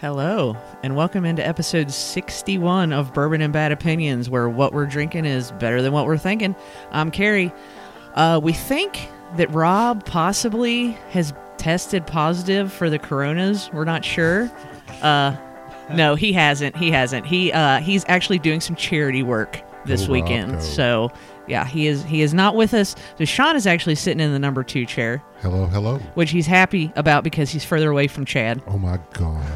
Hello, and welcome into episode 61 of Bourbon and Bad Opinions, where what we're drinking is better than what we're thinking. I'm Carrie. Uh, we think that Rob possibly has tested positive for the coronas. We're not sure. Uh, no, he hasn't. He hasn't. He uh, he's actually doing some charity work this Go, Rob, weekend. go. so yeah, he is he is not with us. So Sean is actually sitting in the number two chair, Hello, hello. which he's happy about because he's further away from Chad. Oh my God.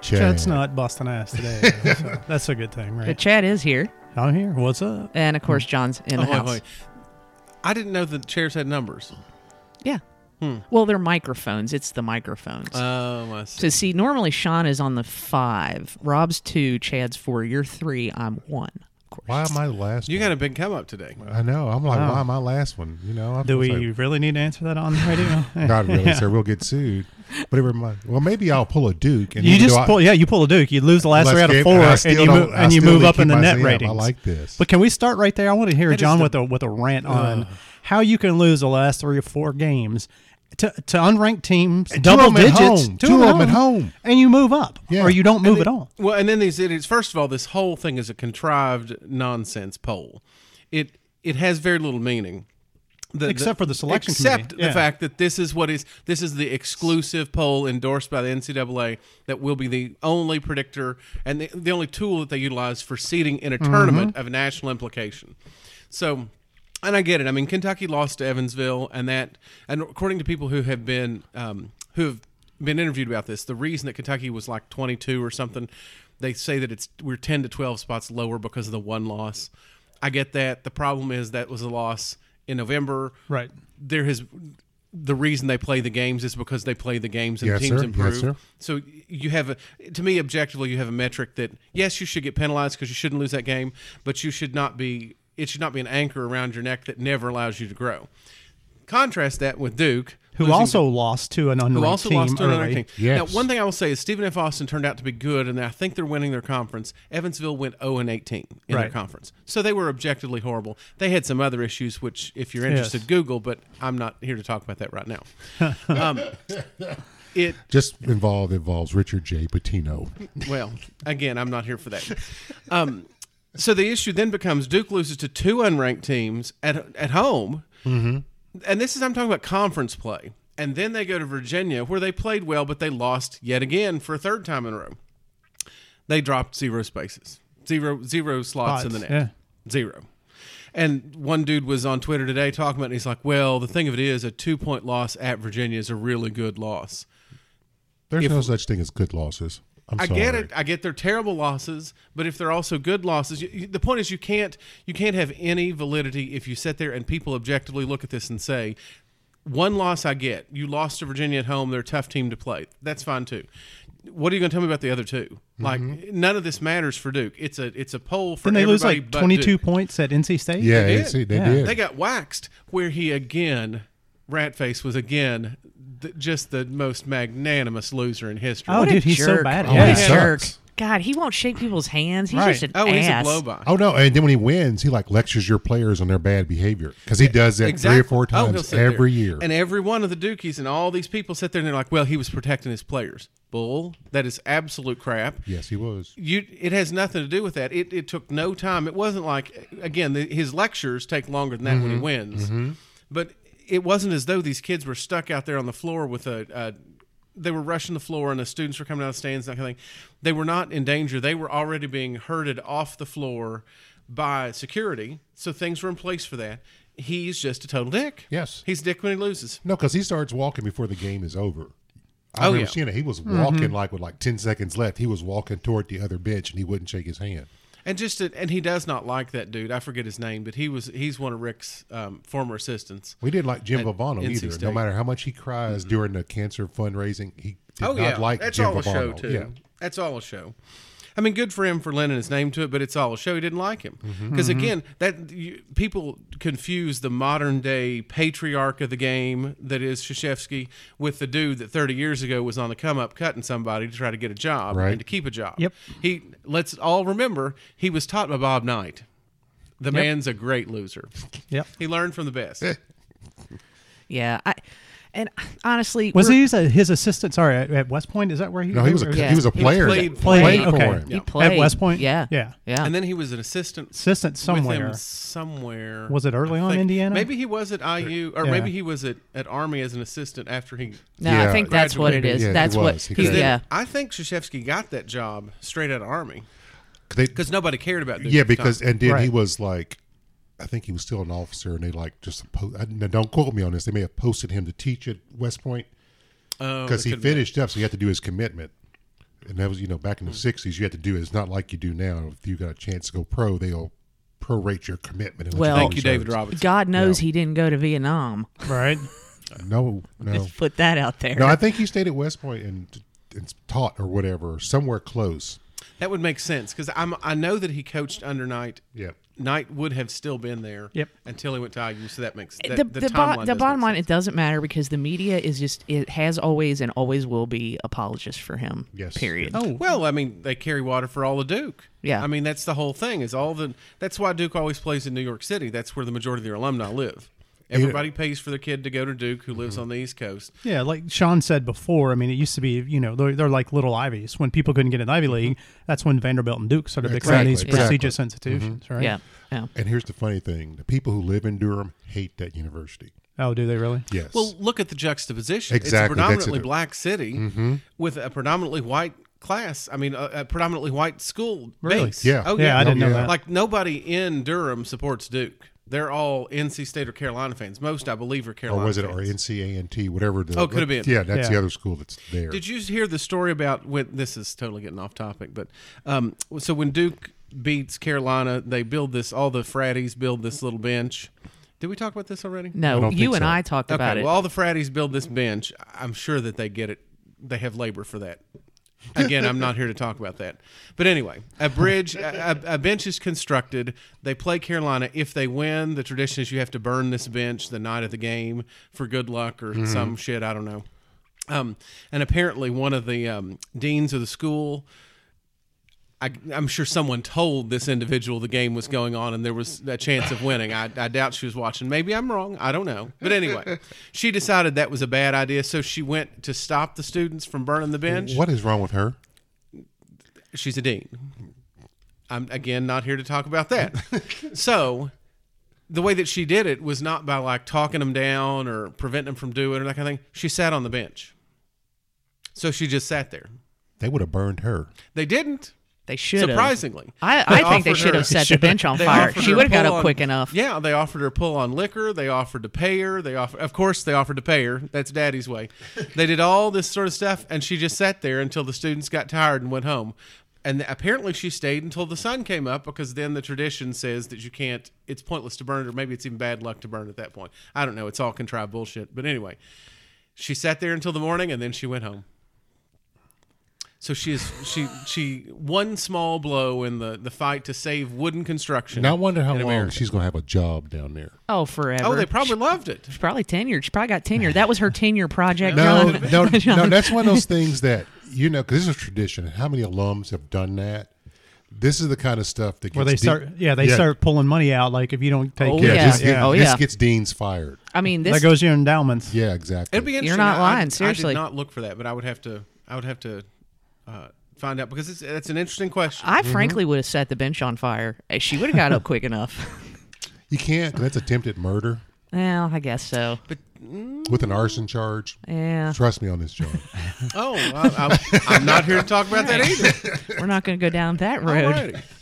Chad. Chad's not busting ass today. so that's a good thing, But right? Chad is here. I'm here. What's up? And of course, John's in the Oh, wait, house. wait. I didn't know the chairs had numbers. Yeah. Hmm. Well, they're microphones. It's the Oh, microphones. Um, I so see. see, normally Sean is on the five. Rob's two. Chad's four. You're three. I'm one. Of course. Why am I the last? You one? got a big come up today. I know. I'm like, Wow. why am I last one? You know. I'm Oh. Do just we really need to answer that on the radio? Like, not really, sir. We'll get sued. But it reminds. Well, maybe I'll pull a Duke. And you even just though I- pull, yeah, you pull a Duke. You lose the last last three out game, of four, and I and, still you don't- move, I and you still move didn't up keep in the my net Zam. ratings. I like this. But can we start right there? I want to hear That is John the- with a with a rant on how you can lose the last three or four games to to unranked teams, And two double of 'em at digits, home. Two of 'em at home. and you move up, Yeah. or you don't move And at the- all. Well, and then these idiots. First of all, this whole thing is a contrived nonsense poll. It it has very little meaning. The- Except for the selection Except committee. Yeah. the fact that this is what is this is the exclusive poll endorsed by the NCAA that will be the only predictor and the, the only tool that they utilize for seeding in a tournament of national implication. So, and I get it. I mean, Kentucky lost to Evansville, and that, and according to people who have been um, who have been interviewed about this, the reason that Kentucky was like 22 or something, they say that it's we're 10 to 12 spots lower because of the one loss. I get that. The problem is that was a loss in November Right. there has the reason they play the games is because they play the games and Yes, teams sir. improve. Yes, sir. So you have a to me objectively you have a metric that yes you should get penalized because you shouldn't lose that game, but you should not be it should not be an anchor around your neck that never allows you to grow. Contrast that with Duke, Who losing- also lost to an unranked who also team lost to another early. team. Yes. Now, one thing I will say is Stephen F. Austin turned out to be good, and I think they're winning their conference. Evansville went 0 and 18 in their Right. conference, so they were objectively horrible. They had some other issues, which, if you're interested, Yes. Google. But I'm not here to talk about that right now. um, it Just involved involves Richard J. Patino. well, again, I'm not here for that. Um, so the issue then becomes Duke loses to two unranked teams at at home, and this is I'm talking about conference play, and then they go to Virginia where they played well but they lost yet again for a third time in a row. They dropped zero spaces, zero zero slots in the net, Spots, yeah. zero. And one dude was on Twitter today talking about, it, and he's like, "Well, the thing of it is, a two point loss at Virginia is a really good loss." There's no such thing as good losses. I'm I sorry. get it. I get they're terrible losses, but if they're also good losses, you, you- the point is you can't you can't have any validity if you sit there and people objectively look at this and say, one loss I get. You lost to Virginia at home. They're a tough team to play. That's fine too. What are you going to tell me about the other two? Like none of this matters for Duke. It's a it's a poll for Didn't Mm-hmm. they lose everybody like but 22 Duke. points at NC State? Yeah, They they did. see, they Yeah. did. They got waxed where he again, Ratface was again th- just the most magnanimous loser in history. Oh, What a dude, he's so jerk. bad. Oh, at it. he What a sucks. jerk. God, he won't shake people's hands. He's Right. just an oh, he's a ass. blow by. Oh no! And then when he wins, he like lectures your players on their bad behavior because he does that three or four Oh, he'll times sit there. every year. And every one of the Dookies and all these people sit there and they're like, "Well, he was protecting his players." Bull, that is absolute crap. yes, he was. You, it has nothing to do with that. It, it took no time. It wasn't like again, the, his lectures take longer than that when he wins, but it wasn't as though these kids were stuck out there on the floor with a. a they were rushing the floor and the students were coming out of the stands and that kind of thing. They were not in danger. They were already being herded off the floor by security. So things were in place for that. He's just a total dick. Yes. He's a dick when he loses. No, because he starts walking before the game is over. I Oh, remember yeah. seeing it. He was walking like with like ten seconds left. He was walking toward the other bench, and he wouldn't shake his hand. And just to, and he does not like that dude. I forget his name, but he was he's one of Rick's um, former assistants. We didn't like Jim At Vivano NC either. No State. Mm-hmm. matter how much he cries during the cancer fundraising, he did oh not yeah, like that's Jim all a Vivano. show too. Yeah. That's all a show. I mean, good for him for lending his name to it, but it's all a show. He didn't like him Mm-hmm. because again, that you, people confuse the modern day patriarch of the game that is Shashevsky with the dude that 30 years ago was on the come up cutting somebody to try to get a job Right. and to keep a job. Yep. He let's all remember he was taught by Bob Knight. The man's a great loser. Yep. He learned from the best. Yeah, I And honestly, Was we're- he a, his assistant? Sorry, at, at West Point? Is that where he? No, he was a, Yeah. he was a player. that played- played, for okay. him. he Yeah. played At West Point? Yeah, Yeah. yeah. And then he was an assistant assistant With somewhere. him somewhere. Was it early I on think. Indiana? Maybe he was at IU, or Yeah. maybe he was at, at Army as an assistant after he. no, I Yeah. think that's what it is. Yeah, he that's what. was. He he- could. yeah, I think Krzyzewski got that job straight out of Army They- because nobody cared about. Duke yeah, at the because time. and then he Right. was like, I think he was still an officer, and they like just po- I, now don't quote me on this. They may have posted him to teach at West Point Oh, because it he could have been. finished up, Hmm. so he had to do his commitment. And that was you know back in the '60s, you had to do it. It's not like you do now. If you got a chance to go pro, they'll prorate your commitment. and what Well- do Thank you, in David service. Robinson. God knows he didn't go to Vietnam. right. No, Oh. no, Just put that out there. no. I think he stayed at West Point and, and taught or whatever, somewhere close. That would make sense because I'm I know that he coached under Knight. Yeah. Knight would have still been there. Yep. Until he went to IU, so that makes that, the, the, the, bo- timeline the does bottom make line, it doesn't matter because the media is just it has always and always will be apologists for him. Yes. Period. Oh, sense. Well, I mean, they carry water for all the Duke. Yeah. I mean, that's the whole thing. Is all the that's why Duke always plays in New York City. That's where the majority of their alumni live. Everybody pays for their kid to go to Duke who Mm-hmm. lives on the East Coast. yeah. Like Sean said before, I mean, it used to be, you know, they're, they're like little Ivies. When people couldn't get in the Ivy League, that's when Vanderbilt and Duke started becoming Exactly, these exactly. prestigious institutions, Mm-hmm. right? Yeah. Yeah. And here's the funny thing: the people who live in Durham hate that university. Oh, do they really? Yes. Well, look at the juxtaposition. It's a Exactly, that's Mm-hmm. predominantly it. black city with a predominantly white class. I mean, a, a predominantly white school Really? base. Yeah. Oh, yeah. Yeah, I didn't know Yeah. that. Like nobody in Durham supports Duke. They're all NC State or Carolina fans. Most, I believe, are or Carolina. was it fans. or NCANT, whatever. The, Oh, could have been. Yeah, that's Yeah. the other school that's there. Did you hear the story about when this is totally getting off topic, but um, so when Duke beats Carolina, they build this. All the fratties build this little bench. Did we talk about this already? No, don't you think and so. I talked about it. Well, all the fratties build this bench. I'm sure that they get it. They have labor for that. Again, I'm not here to talk about that. But anyway, a bridge, a, a a bench is constructed. They play Carolina. If they win, the tradition is you have to burn this bench the night of the game for good luck or Mm-hmm. some shit. I don't know. Um, and apparently, one of the um, deans of the school I, I'm sure someone told this individual the game was going on and there was a chance of winning. I, I doubt she was watching. Maybe I'm wrong. I don't know. But anyway, she decided that was a bad idea. So she went to stop the students from burning the bench. What is wrong with her? She's a dean. I'm, again, not here to talk about that. so the way that she did it was not by like talking them down or preventing them from doing it or that kind of thing. She sat on the bench. So she just sat there. They would have burned her. They didn't. they should have. Surprisingly, I, I think they offered should her- have set the bench on They fire. offered She her would have got pull up on- quick enough. Yeah, they offered her pull on liquor. They offered to pay her. They offer, of course, they offered to pay her. That's Daddy's way. they did all this sort of stuff, and she just sat there until the students got tired and went home. And apparently, she stayed until the sun came up because then the tradition says that you can't. It's pointless to burn it, or maybe it's even bad luck to burn it at that point. I don't know. It's all contrived bullshit. But anyway, she sat there until the morning, and then she went home. So she is she she one small blow in the the fight to save wooden construction. Now I wonder how in long America. she's going to have a job down there. Oh, forever. Oh, they probably loved it. She's probably tenured. She probably got tenure. That was her tenure project. No, John. no, no. That's one of those things that you know because this is tradition. How many alums have done that? This is the kind of stuff that gets Where they de- start, yeah, they start pulling money out. Like if you don't take Oh, care, yeah. This, get- Yeah. Oh, this yeah. gets deans fired. I mean, there this goes your endowments. Yeah, exactly. It'd be interesting. not I- lying, I, seriously. I did not look for that, but I would have to. I would have to uh, find out because it's that's an interesting question. I frankly would have set the bench on fire. Eh, She would have got up quick enough. you can't. 'cause That's attempted murder Well, I guess so. with an arson charge. Yeah, Trust me on this, John. oh, I, I'm, I'm not here to talk about that either. we're not going to go down that road. Alrighty.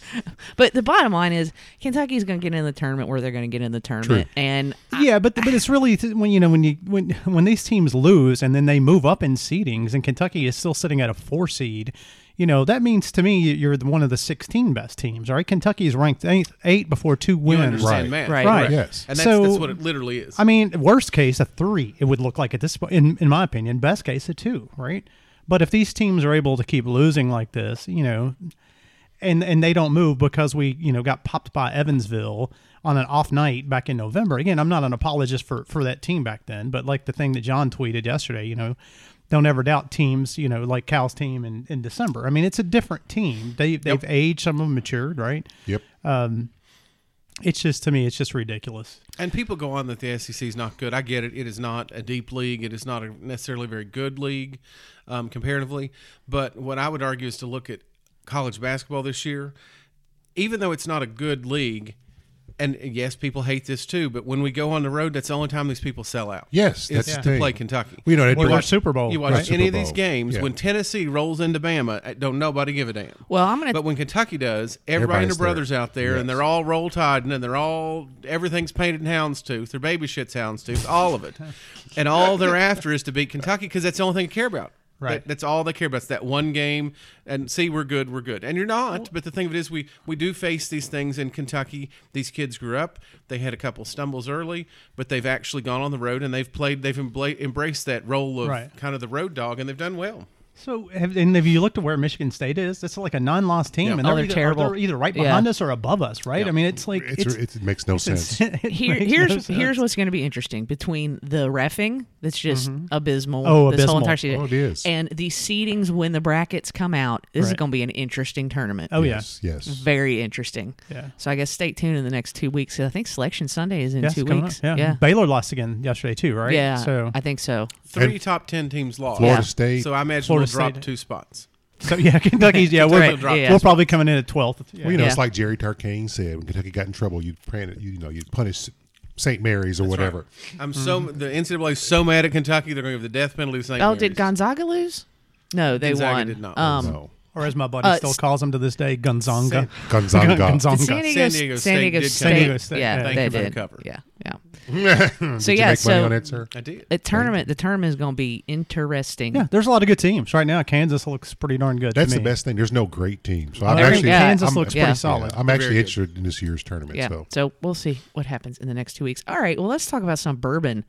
But the bottom line is Kentucky's going to get in the tournament where they're going to get in the tournament, and Yeah, but but it's really th- when you know when you when when these teams lose and then they move up in seedings and Kentucky is still sitting at a four seed, you know that means to me you're the- one of the sixteen best teams. All right, Kentucky is ranked eighth, eight before two You wins. understand Right. math, Right. Right. Yes. And that's, So- that's what it literally is. I mean, worst case a three. It would look like at this point, in in my opinion, best case a two. Right, but if these teams are able to keep losing like this, you know, and and they don't move because we you know got popped by Evansville on an off night back in November. Again, I'm not an apologist for for that team back then, but like the thing that John tweeted yesterday, you know, don't ever doubt teams, you know, like Cal's team in, in December. I mean, it's a different team. They they've aged, some of them matured, right? Yep. It's just to me, it's just ridiculous. And people go on that the SEC is not good. I get it. It is not a deep league. It is not a necessarily very good league um, comparatively. But what I would argue is to look at college basketball this year, even though it's not a good league. And yes, people hate this too. But when we go on the road, that's the only time these people sell out. Yes, It's that's the to thing. play Kentucky. We don't. Well, Well, our Super Bowl, You watch Right. any Super of these Bowl. games Yeah. when Tennessee rolls into Bama, uh, don't nobody give a damn. Well, I'm gonna But when Kentucky does, everybody and their Everybody's there. brothers out there, and they're all roll tide, and they're all everything's painted in houndstooth, their baby shit's houndstooth, all of it, and all they're after is to beat Kentucky because that's the only thing they care about. Right. That- that's all they care about. It's that one game, and see, we're good, we're good, and you're not. But the thing of it is, we we do face these things in Kentucky. These kids grew up. They had a couple stumbles early, but they've actually gone on the road and they've played. They've embla- embraced that role of Right. kind of the road dog, and they've done well. So, have, and if you look to where Michigan State is, that's like a non-loss team, Yeah. and Oh, they're, they're either, terrible. they're either right Yeah. behind us or above us, right? I mean, it's like it's, it makes no sense. it Here, makes no here's sense. here's what's going to be interesting between the refing that's just abysmal. Oh, this whole abysmal. entire season, Oh, it is. And the seedings when the brackets come out, this is Right. going to be an interesting tournament. oh yeah, Yes, yes. very interesting. Yeah. So I guess stay tuned in the next two weeks. 'cause I think Selection Sunday is in Yeah, it's two coming up. weeks. Yeah. Yeah. Baylor lost again yesterday too, right? Yeah, So, I think so. Three And top ten teams lost. Florida Yeah. State. So I imagine Florida we'll drop State. two spots. so yeah, Kentucky's yeah, we're, Right, yeah. we're probably coming in at twelfth. Yeah. Well, you know, Yeah. it's like Jerry Tarkane said when Kentucky got in trouble, you'd pran- you, you know, you'd punish St. Mary's or whatever. I'm so the NCAA is so mad at Kentucky they're going to give the death penalty to St. Oh, Mary's. did Gonzaga lose? No, they Gonzaga won. did not lose, Um, No. or as my buddy Uh, still s- calls him to this day, Gonzanga. Gonzaga. did Gonzaga. San Diego, San Diego San State Diego did State. cover. San Diego State, Yeah, yeah. Thank they you for the did. cover. Yeah, yeah. Did So you yeah, make so money on it, sir? I did. the tournament, the tournament is going to be interesting. Yeah, there's a lot of good teams right now. Kansas looks pretty darn good. That's to the me. best thing. There's no great team. So I I'm Every- actually yeah. Kansas I'm- looks yeah. pretty solid. Yeah, I'm actually good. interested in this year's tournament. Yeah. So So we'll see what happens in the next two weeks. All right. Well, let's talk about some bourbon,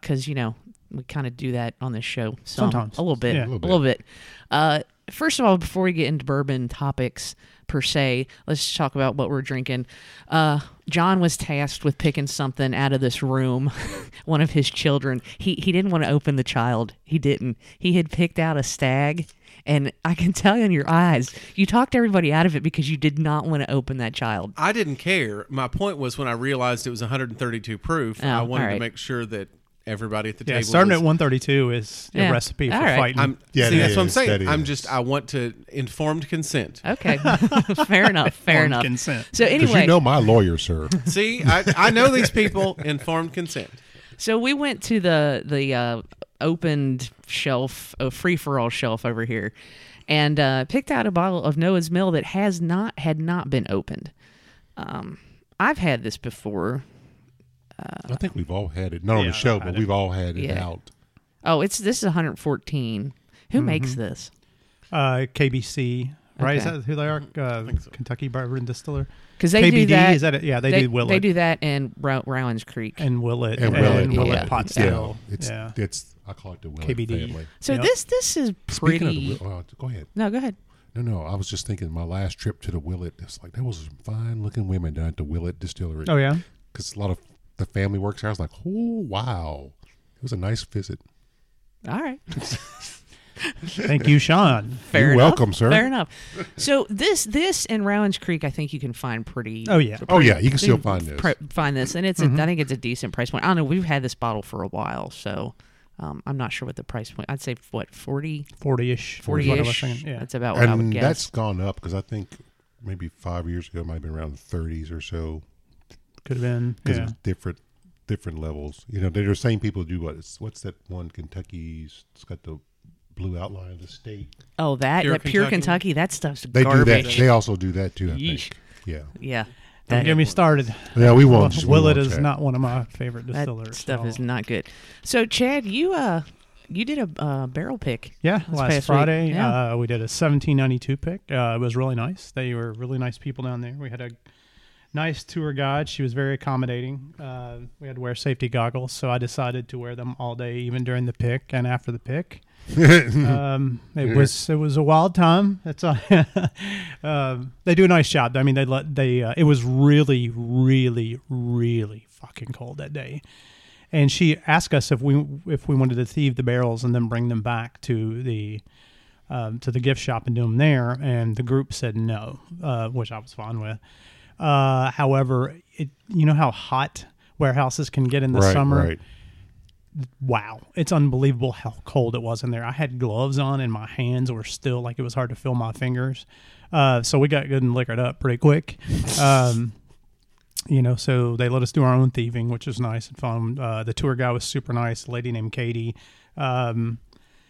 because you know we kind of do that on this show some- Sometimes. a little bit, Yeah. a A little little bit. Uh, first of all, before we get into bourbon topics per se, let's talk about what we're drinking. Uh, John was tasked with picking something out of this room. One of his children. He he didn't want to open the child. He didn't. He had picked out a stag. And I can tell in your eyes, you talked everybody out of it because you did not want to open that child. I didn't care. My point was when I realized it was 132 proof, Oh, I wanted all right. to make sure that everybody at the Yeah, table. starting was- at 132 is Yeah. a recipe for All right. fighting. I'm, Yeah, see, it that's what I'm is. saying. That I'm is. just I want to informed consent. Okay. fair enough. Fair Informed enough. consent. So because anyway, you know my lawyer, sir. See, I, I know these people. Informed consent. so we went to the the uh, opened shelf, a free for all shelf over here, and uh, picked out a bottle of Noah's Mill that has not had not been opened. Um, I've had this before. I think we've all had it. Not on Yeah, the show, I've had but it. we've all had it Yeah. out. Oh, it's this is 114. Who Mm-hmm. makes this? uh, KBC, right? Is Okay. that who they are? Uh, Kentucky Bourbon Distiller. Because they do KBD, that. is that it? Yeah, they, do Willet They do that in Row- Rowan's Creek. and Willet And Willett, and Willet yeah. Pottsdale. Yeah. It's it's I call it the Willett KBD. family. so Yep. this this is Speaking of the pretty. Will- well, go ahead. no, go ahead. No, no. I was just thinking my last trip to the Willett. It's like there was some fine looking women down at the Willett Distillery. Oh yeah, because a lot of the family works there. I was like, oh wow, it was a nice visit. All right. thank you, Sean. Fair You're enough. welcome, sir. Fair enough. So this this in Rowands Creek, I think you can find pretty. Oh yeah, Mm-hmm. Oh yeah, you can still find this. Pro- find this, and it's a, I think it's a decent price point. I don't know. We've had this bottle for a while, so um, I'm not sure what the price point. I'd say what 40 forty-ish, 40 What I was ish. thinking, Yeah, That's about what Oh, I would and guess. that's gone up because I think maybe five years ago, it might have been around the thirties or so, could have been. because Yeah. it's different different levels. You know, they're the same people do what? It's, what's that one? Kentucky's. It's got the blue outline of the state. oh, that Pure that pure Kentucky? Kentucky. That stuff's They do garbage. that. They also do that too. I Yeesh. think. Yeah. Yeah, Don't get me started. Yeah, we Well, won't. we Willet won't is chat. not one of my favorite that distillers. stuff so- is not good. So Chad, you uh, you did a uh, barrel pick. Yeah, past week. last Friday Yeah. Uh, we did a 1792 pick. Uh, it was really nice. They were really nice people down there. We had a nice tour guide. She was very accommodating. Uh, we had to wear safety goggles, so I decided to wear them all day, even during the pick and after the pick. um, it was it was a wild time. That's all. um, they do a nice job. I mean, they let they. Uh, it was really, really, really fucking cold that day and she asked us if we if we wanted to thieve the barrels and then bring them back to the um, to the gift shop and do them there. And the group said no, uh, which I was fine with. Uh, however, it, you know how hot warehouses can get in the right, summer. right. Wow, it's unbelievable how cold it was in there. I had gloves on, and my hands were still like it was hard to feel my fingers. Uh, so we got good and liquored up pretty quick. Um, you know, so they let us do our own thieving, which was nice and fun. Uh, the tour guy was super nice. A lady named Katie. Um,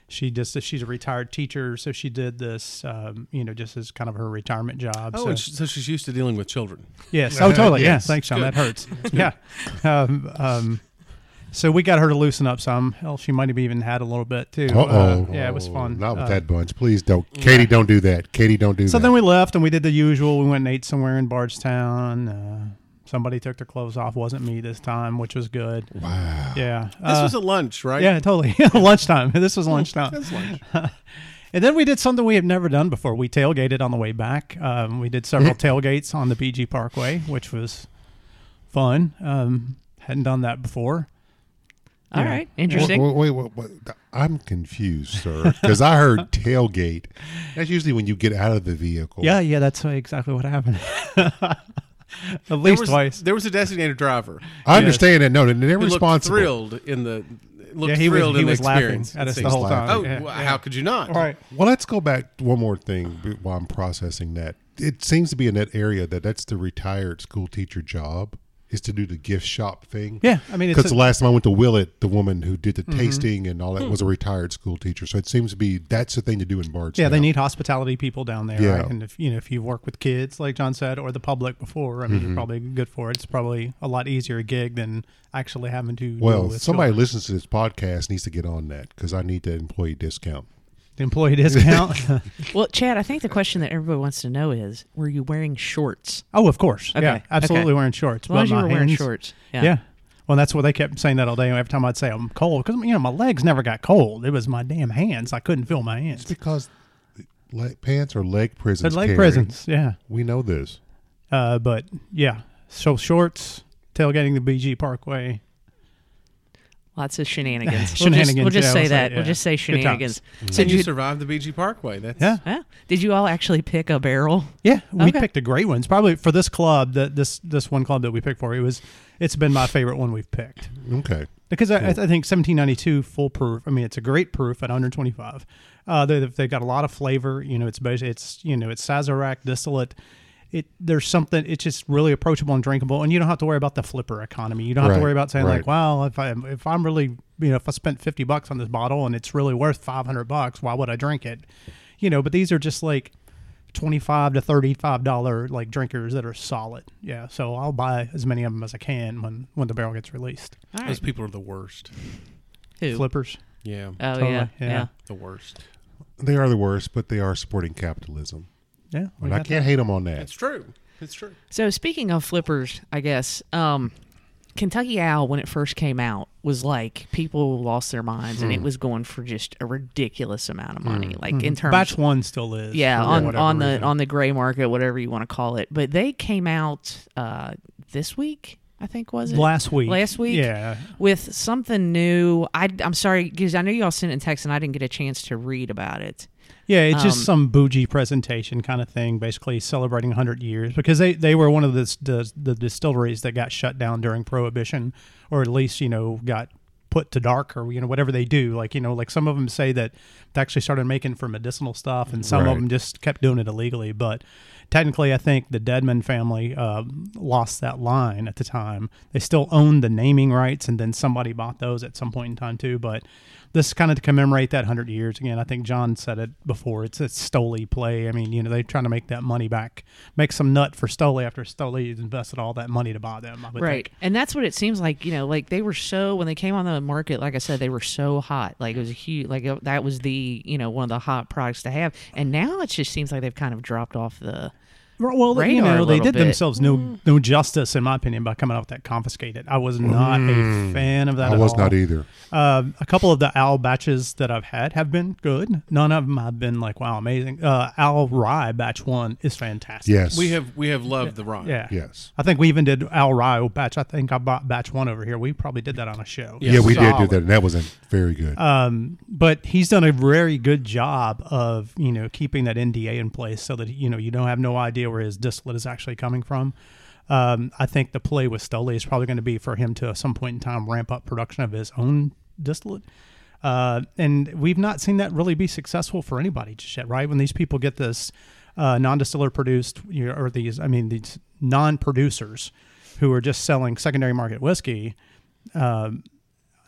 she just she's a retired teacher, so she did this, um, you know, just as kind of her retirement job. Oh, so. and sh- so she's used to dealing with children. Yes. Oh, totally. Yes. Yeah. Thanks, Sean. That hurts. yeah. Um, um, so we got her to loosen up some. Hell, she might have even had a little bit too. Uh-oh. Uh, yeah, it was fun. Not with Uh, that bunch. Please don't. Katie, don't do that. Katie, don't do So that. then we left and we did the usual. We went and ate somewhere in Bardstown. Uh, somebody took their clothes off. Wasn't me this time, which was good. wow. Yeah. This Uh, was at lunch, right? yeah, totally. lunchtime. This was lunchtime. That's lunch. And then we did something we have never done before. We tailgated on the way back. Um, we did several tailgates on the BG Parkway, which was fun. Um, hadn't done that before. All Yeah. right, interesting. Wait, wait, wait, wait, wait. I'm confused, sir, because I heard tailgate. That's usually when you get out of the vehicle. Yeah, yeah, that's exactly what happened. At There least was, twice. there was a designated driver. I understand that. No, they're who looked responsible. thrilled in the looked Yeah, he was- thrilled he in the was laughing experience. at it us the seems. whole time. Oh, Yeah. well, how could you not? Right. Well, let's go back to one more thing b- while I'm processing that. It seems to be in that area that that's the retired school teacher job is to do the gift shop thing. Yeah, I mean, it's Because a- Mm-hmm. Hmm. the last time I went to Willett, the woman who did the tasting and all that was a retired school teacher. So it seems to be that's the thing to do in Bardstown. Yeah, they need hospitality people down there, Yeah. right? And if you know if you work with kids, like John said, or the public before, I mean, Mm-hmm. you're probably good for it. It's probably a lot easier gig than actually having to. deal Well, with somebody children. listens to this podcast needs to get on that because I need that employee discount. The employee discount. Well, Chad, I think the question that everybody wants to know is: Were you wearing shorts? oh, of course. Yeah, Okay, absolutely okay. wearing shorts. As long but as you my were wearing hands- shorts. Yeah. Well, that's what they kept saying that all day. Every time I'd say I'm cold, because you know my legs never got cold. It was my damn hands. I couldn't feel my It's hands. because leg, pants are leg They're prisons. leg Carrie. prisons. Yeah. We know this. Uh, but yeah, so shorts, tailgating the BG Parkway. Lots of shenanigans. Shenanigans, We'll just, we'll just yeah, say we'll say- that. We'll yeah. just say Good times. Mm-hmm. shenanigans. So And you did, survived the BG Parkway. That's Yeah, yeah. did you all actually pick a barrel? yeah. We Okay. picked a great one. It's probably for this club that this this one club that we picked for. It was it's been my favorite one we've picked Okay. because I, I think 1792 full proof. I mean, it's a great proof at 125. Uh, they they've got a lot of flavor. You know, it's basi- it's you know it's Sazerac distillate. It there's something. It's just really approachable and drinkable, and you don't have to worry about the flipper economy. You don't have Right, to worry about saying right. like, well, if I if I'm really you know if I spent 50 bucks on this bottle and it's really worth 500 bucks, why would I drink it? You know, but these are just like. 25 to 35 dollar like drinkers that are solid yeah so i'll buy as many of them as i can when when the barrel gets released All Those right. people are the worst. Who? flippers Yeah, oh Totally, yeah, yeah. yeah. the worst. They are the worst, but they are supporting capitalism. Yeah, we And I got can't hate them on that. It's true. It's true. So speaking of flippers, I guess um, Kentucky Owl, when it first came out, was like people lost their minds, and it Hmm. was going for just a ridiculous amount of money, like in that. terms. batch one still is. yeah, Hmm. for on, whatever on the reason. on the gray market, whatever you want to call it. But they came out uh, this week, I think was it last week. Last week, Yeah, with something new. I I'm sorry because I know y'all sent it in text and I didn't get a chance to read about it. yeah. It's Um, just some bougie presentation kind of thing, basically celebrating 100 years because they, they were one of the, s- the the distilleries that got shut down during Prohibition, or at least you know got put to dark or you know whatever they do. Like you know, like some of them say that they actually started making for medicinal stuff, and some Right. of them just kept doing it illegally, but. Technically, I think the Deadman family um lost that line at the time. They still owned the naming rights, and then somebody bought those at some point in time too. But this is kind of to commemorate that hundred years again. I think John said it before. It's a Stoli play. I mean, you know, they're trying to make that money back, make some nut for Stoli after Stoli invested all that money to buy them. I would right. think. And that's what it seems like, you know, like they were so when they came on the market, like I said, they were so hot. Like it was a huge like uh, that was the, you know, one of the hot products to have. And now it just seems like they've kind of dropped off the Well, you Radar a know, they little did bit. themselves Mm. no no justice, in my opinion, by coming out with that confiscated. I was not a fan of that. Mm. I at was all. not either. Um, a couple of the owl batches that I've had have been good. None of them have been like wow, amazing. Uh, owl rye batch one is fantastic. Yes. We have we have loved the ride. Yeah. Yes. I think we even did owl rye batch. I think I bought batch one over here. We probably did that on a show. Yeah, we did do Solid. Uh, that, and that wasn't very good. But he's done a very good job of you know keeping that NDA in place so that you know you don't have no idea idea where his distillate is actually coming from. Um, I think the play with Stoli is probably going to be for him to, at some point in time, ramp up production of his own distillate. Uh, and we've not seen that really be successful for anybody just yet, right? When these people get this uh, non-distiller produced, you know, or these, I mean, these non-producers who are just selling secondary market whiskey um,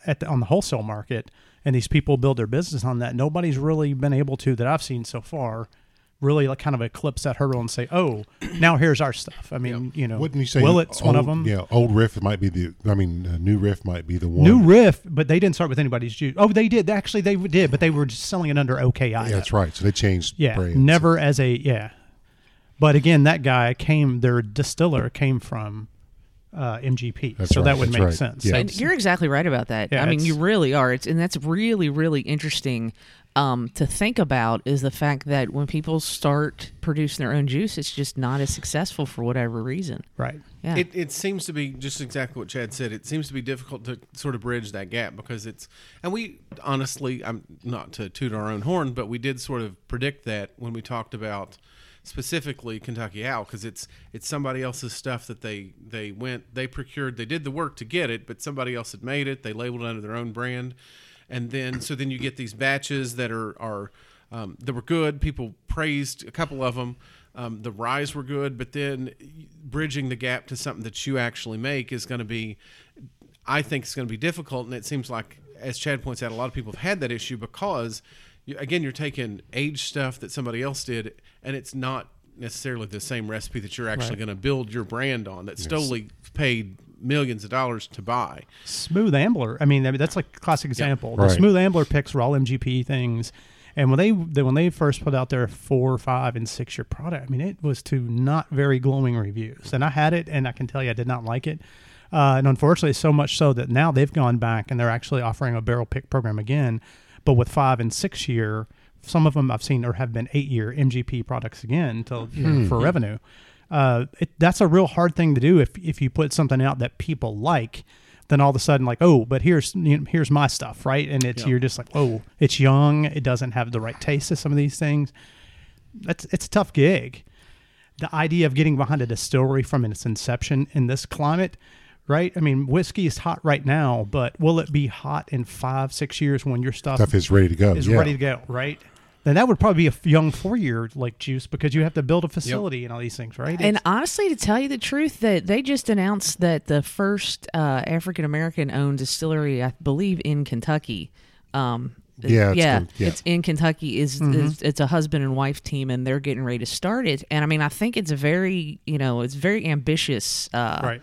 at the, on the wholesale market, and these people build their business on that. Nobody's really been able to that I've seen so far. Really, like kind of eclipse that hurdle and say, "Oh, now here's our stuff." I mean, you know, Wouldn't you say Willett's one of old- them? Yeah, old riff might be the. I mean, uh, new riff might be the one. New Riff, but they didn't start with anybody's juice. Oh, they did. Actually, they did, but they were just selling it under OKI. Yeah, that's right. So they changed. Yeah, brands. never as a yeah. But again, that guy came. Their distiller came from uh, MGP, That's so right, that would that's make right, sense. yeah. So- And you're exactly right about that. Yeah, I mean, it's- you really are. It's and that's really, really interesting um, to think about is the fact that when people start producing their own juice, it's just not as successful for whatever reason. right. Yeah. It, it seems to be just exactly what Chad said. It seems to be difficult to sort of bridge that gap because it's, and we honestly, I'm not to toot our own horn, but we did sort of predict that when we talked about specifically Kentucky Owl because it's it's somebody else's stuff that they they went they procured they did the work to get it, but somebody else had made it. They labeled it under their own brand, and then so then you get these batches that are are um, that were good. People praised a couple of them. Um, the rise were good, but then bridging the gap to something that you actually make is going to be, I think, it's going to be difficult. And it seems like, as Chad points out, a lot of people have had that issue because, you, again, you're taking age stuff that somebody else did, and it's not necessarily the same recipe that you're actually going to build your brand on that Stoli paid millions of dollars to buy. Smooth Ambler. I mean, I mean, that's like a classic example. The Right. Smooth Ambler picks were all MGP things, and when they, they when they first put out their four, five, and six year product, I mean, it was to not very glowing reviews. And I had it, and I can tell you, I did not like it. Uh, and unfortunately, so much so that now they've gone back and they're actually offering a barrel pick program again, but with five and six year. Some of them I've seen or have been eight year MGP products again to, for revenue. Uh, it, that's a real hard thing to do if if you put something out that people like then all of a sudden like oh but here's you know, here's my stuff right and it's you're just like oh it's young it doesn't have the right taste of some of these things that's it's a tough gig the idea of getting behind a distillery from its inception in this climate right i mean whiskey is hot right now but will it be hot in five six years when your stuff Stuff is ready to go. is yeah. ready to go right then that would probably be a f- young four year like juice because you have to build a facility and all these things right And It's- honestly, to tell you the truth, that they just announced that the first uh, African American owned distillery, I believe, in Kentucky. Um, Yeah, it's yeah, gonna- yeah. Mm-hmm. it's in Kentucky. Is, is it's a husband and wife team, and they're getting ready to start it. And I mean, I think it's a very, you know, it's very ambitious. Uh, right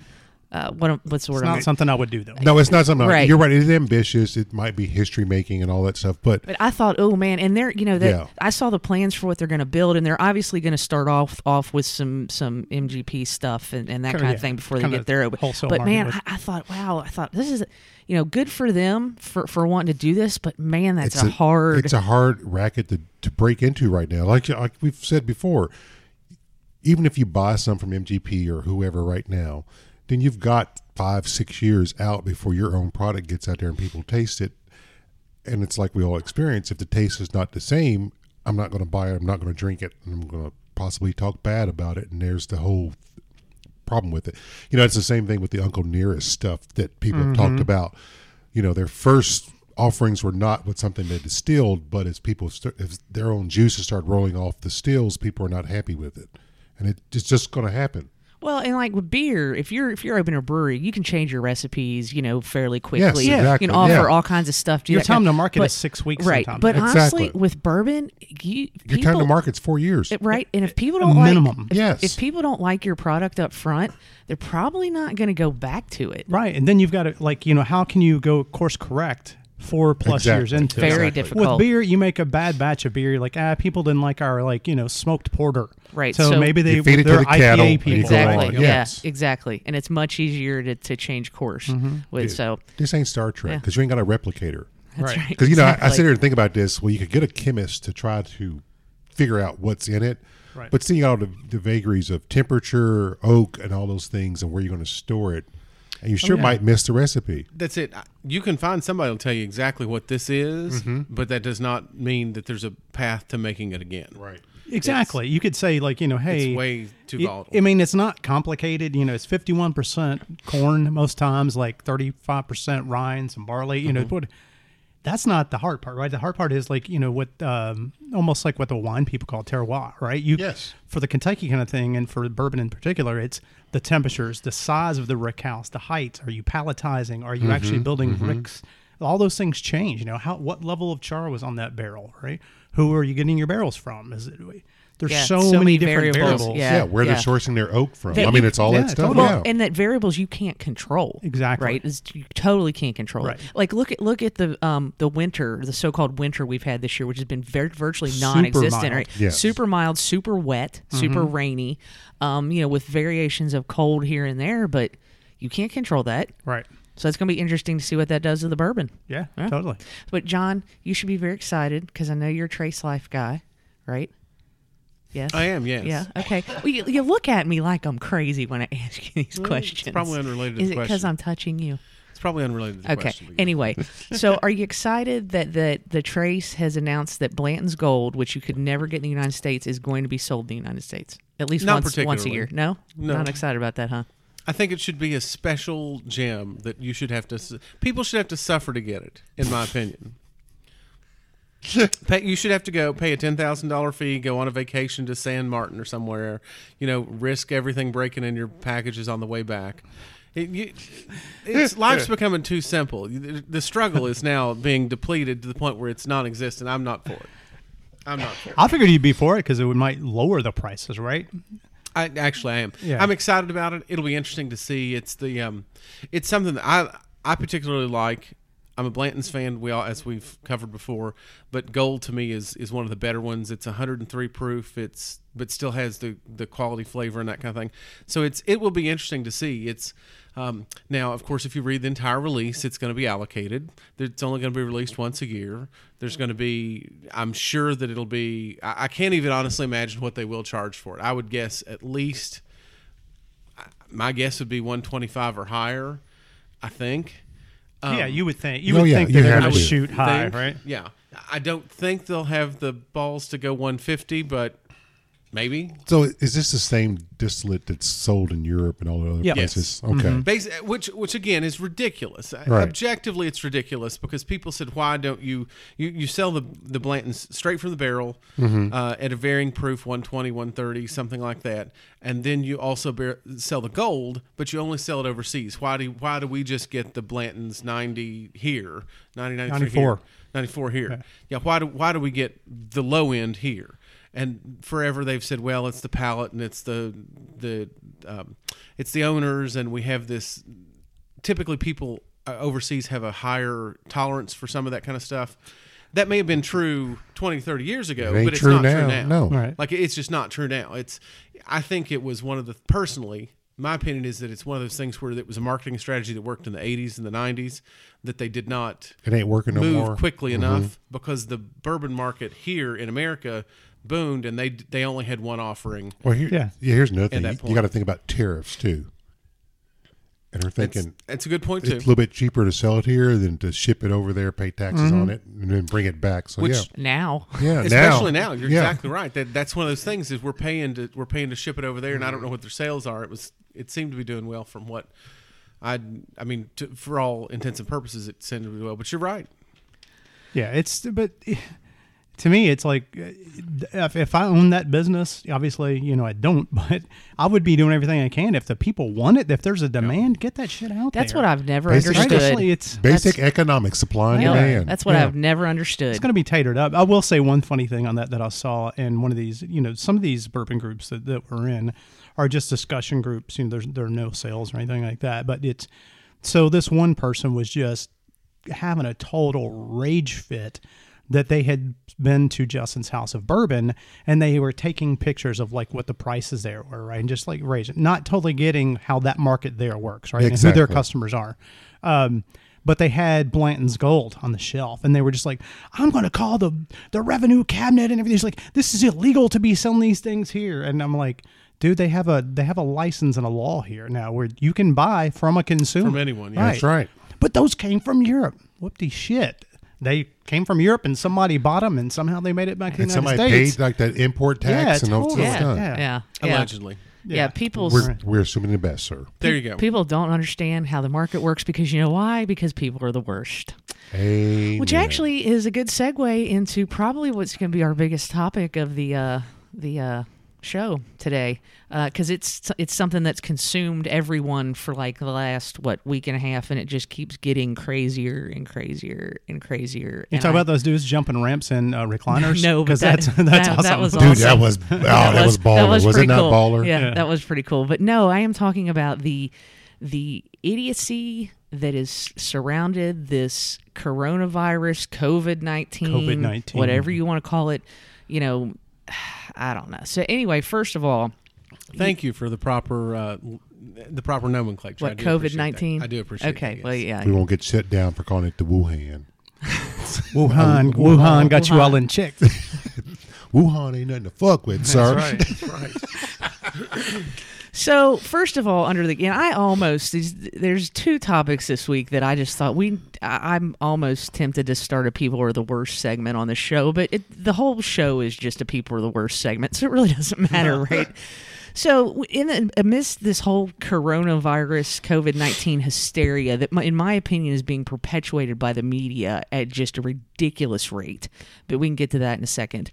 Uh, what what's the word? it's I'm- not something i would do though No, it's not something. Right. You're right. It is ambitious. It might be history making and all that stuff, but But I thought, oh man, and they're you know that Yeah. I saw the plans for what they're going to build, and they're obviously going to start off off with some some MGP stuff and, and that Kinda, kind yeah. of thing before Kinda they get there. But- wholesale But market man, with- I, I thought, wow, I thought this is you know good for them for for wanting to do this, but man, that's a, hard. It's a hard racket to, to break into right now. Like like we've said before, even if you buy some from MGP or whoever right now, then you've got five six years out before your own product gets out there and people taste it. And it's like we all experience: if the taste is not the same, I'm not going to buy it. I'm not going to drink it. And I'm going to possibly talk bad about it. And there's the whole problem with it. You know, it's the same thing with the Uncle Nearest stuff that people have talked Mm-hmm. about. You know, their first offerings were not with something they distilled, but as people st- as their own juices start rolling off the stills, people are not happy with it, and it, it's just going to happen. well, and like with beer, if you're if you're opening a brewery, you can change your recipes, you know, fairly quickly. Yeah. You exactly, can offer yeah. all kinds of stuff. do your that kind time of- to market but- is six weeks right? sometimes. But honestly, Exactly. with bourbon, you Your people, time to market's four years. It- right and if people don't minimum. like if, Yes. if people don't like your product up front they're probably not going to go back to it Right. And then you've got to, like, you know, how can you go course correct four plus Exactly. years into it? Very difficult. With beer, you make a bad batch of beer. You're like, ah, people didn't like our, like, you know, smoked porter. Right, So, so- maybe they, You feed it to they're the IPA cattle and people. you go exactly on. yeah Yes. exactly and it's much easier to, to change course Mm-hmm. with so this ain't Star Trek Yeah. because you ain't got a replicator. that's right Because you know, I, I exactly. sit here and think about this. Well, you could get a chemist to try to figure out what's in it, Right. but seeing all the, the vagaries of temperature, oak, and all those things, and where you're going to store it, and you sure Oh, yeah. might miss the recipe. that's it. You can find somebody will tell you exactly what this is, but that does not mean that there's a path to making it again. Right. Exactly. you could say like you know, hey, way too y- volatile. I mean, it's not complicated. You know, it's fifty-one percent corn most times, like thirty-five percent rinds and barley. You know, but that's not the hard part, right? The hard part is like you know what, um, almost like what the wine people call terroir, right? You Yes. for the Kentucky kind of thing, and for bourbon in particular, it's the temperatures, the size of the rick house, the height. Are you palletizing? Are you actually building ricks? All those things change. You know how what level of char was on that barrel, right? Who are you getting your barrels from? Is it there's Yeah, so, so many, many different variables. variables? Yeah, Yeah, where yeah. they're sourcing their oak from. That I mean, you- it's all yeah, that stuff. totally. Yeah. and that variables you can't control. Exactly. Right. It's, you totally can't control. it. Right. Like look at look at the um the winter, the so-called winter we've had this year, which has been vir- virtually non-existent. mild. Mm-hmm. Right. Yes. Super mild, super wet, super rainy. Um, you know, with variations of cold here and there, but you can't control that. Right. So it's going to be interesting to see what that does to the bourbon. Yeah, totally. But John, you should be very excited because I know you're a Trace Life guy, right? Yes. I am, yes. Yeah. Okay. Well, you, you look at me like I'm crazy when I ask you these questions. Mm, probably unrelated to Is the it because question. I'm touching you? It's probably unrelated to the Okay. question. but yeah. Anyway, so are you excited that the, the Trace has announced that Blanton's Gold, which you could never get in the United States, is going to be sold in the United States at least Not once once a particularly. year? No? No. Not excited about that, huh? I think it should be a special gem that you should have to. su- People should have to suffer to get it, in my opinion. Pay, you should have to go pay a ten thousand dollar fee, go on a vacation to San Martin or somewhere. You know, risk everything breaking in your packages on the way back. It, you, it's life's becoming too simple. You- The struggle is now being depleted to the point where it's non-existent. I'm not for it. I'm not for it. I figured you'd be for it because it would, might lower the prices, right? I actually I am. Yeah. I'm excited about it. It'll be interesting to see. It's the um, it's something that I I particularly like. I'm a Blanton's fan. We all as we've covered before, but Gold to me is is one of the better ones. It's 103 proof. It's but still has the the quality flavor and that kind of thing. So it's it will be interesting to see. It's um, now of course if you read the entire release, it's going to be allocated. It's only going to be released once a year. There's going to be I'm sure that it'll be I, I can't even honestly imagine what they will charge for it. I would guess at least my guess would be 125 or higher. I think. Um, yeah, you would think. You Oh, would yeah, think you that they're have going to. to shoot high, think- right? Yeah, I don't think they'll have the balls to go 150, but maybe. So is this the same distillate that's sold in Europe and all the other Yeah. Yes. places? Okay. Basi- which which again is ridiculous. Uh, Right. Objectively, it's ridiculous because people said, "Why don't you you, you sell the the Blantons straight from the barrel uh, at a varying proof, 120, 130, something like that, and then you also bear, sell the gold, but you only sell it overseas? Why do why do we just get the Blantons 90 here, 90, 93 here, 94. 94 here. Yeah. why do why do we get the low end here? And forever they've said, well, it's the palate and it's the the um, it's the owners, and we have this. Typically, people uh, overseas have a higher tolerance for some of that kind of stuff. That may have been true 20, 30 years ago, It ain't but it's true not now, true now. no. Right. Like it's just not true now. It's I think it was one of the personally my opinion is that it's one of those things where it was a marketing strategy that worked in the 80s and the 90s that they did not It ain't working no move more. Mm-hmm. quickly enough because the bourbon market here in America boomed and they they only had one offering. Well, here, yeah. Yeah. Here's another thing. that You- You point. got to think about tariffs too. And are It's, thinking it's a good point it's a too. little bit cheaper to sell it here than to ship it over there, pay taxes on it, and then bring it back. So Which- yeah, Now. yeah. Especially now, you're yeah. exactly right. That that's one of those things is we're paying to we're paying to ship it over there, and I don't know what their sales are. It was it seemed to be doing well from what I I mean to, for all intents and purposes it seemed to be well. But you're right. Yeah, it's but to me, it's like uh, if, if I own that business, obviously, you know, I don't, but I would be doing everything I can if the people want it. If there's a demand, get that shit out That's there. what I've never Basically- Right? understood. Actually, it's Basic economics, supply and Yeah, demand. That's what Yeah. I've never understood. It's going to be tatered up. I will say one funny thing on that that I saw in one of these, you know, some of these bourbon groups that, that we're in are just discussion groups. You know, there's, there are no sales or anything like that. But it's so this one person was just having a total rage fit that they had been to Justin's House of Bourbon and they were taking pictures of like what the prices there were, right? And just like raging, not totally getting how that market there works, right? And who their Exactly. customers are. Um, but they had Blanton's Gold on the shelf, and they were just like, "I'm going to call the the revenue cabinet and everything." It's like, "This is illegal to be selling these things here," and I'm like, "Dude, they have a they have a license and a law here now where you can buy from a consumer From anyone, yeah. That's right. But those came from Europe. Whoopty shit. They came from Europe and somebody bought them and somehow they made it back to the and United somebody States. paid like that import tax Yeah, and all totally. it's done. yeah, yeah, yeah. allegedly. Yeah, Yeah. people's We're, we're assuming the best, sir. There you go. people don't understand how the market works because you know why? Because people are the worst. Amen. Which actually is a good segue into probably what's going to be our biggest topic of the uh, the uh, show today, because it's it's something that's consumed everyone for like the last what week and a half, and it just keeps getting crazier and crazier and crazier. You and talk I- about those dudes jumping ramps and uh, recliners? No, but because that- that's that's that- awesome. that was dude, that awesome. was oh, that, was, baller. Was, it pretty not cool. baller? Yeah, Yeah. that was pretty cool. But no, I am talking about the the idiocy that is surrounded this coronavirus, COVID nineteen, COVID-19. whatever you want to call it. You know, I don't know. So anyway, first of all, Thank you for the proper uh, l- the proper nomenclature. I what do appreciate COVID nineteen? that. I do appreciate. Okay, that, yes. well, yeah, We won't get shut down for calling it the Wuhan. Wuhan, Wuhan got you Wuhan. all in check. Wuhan ain't nothing to fuck with, sir. So first of all, under the and I almost these, there's two topics this week that I just thought we I, I'm almost tempted to start a people are the worst segment on the show, but it, the whole show is just a people are the worst segment, so it really doesn't matter, right? So in the, amidst this whole coronavirus COVID nineteen hysteria that, my, in my opinion, is being perpetuated by the media at just a ridiculous rate, but we can get to that in a second.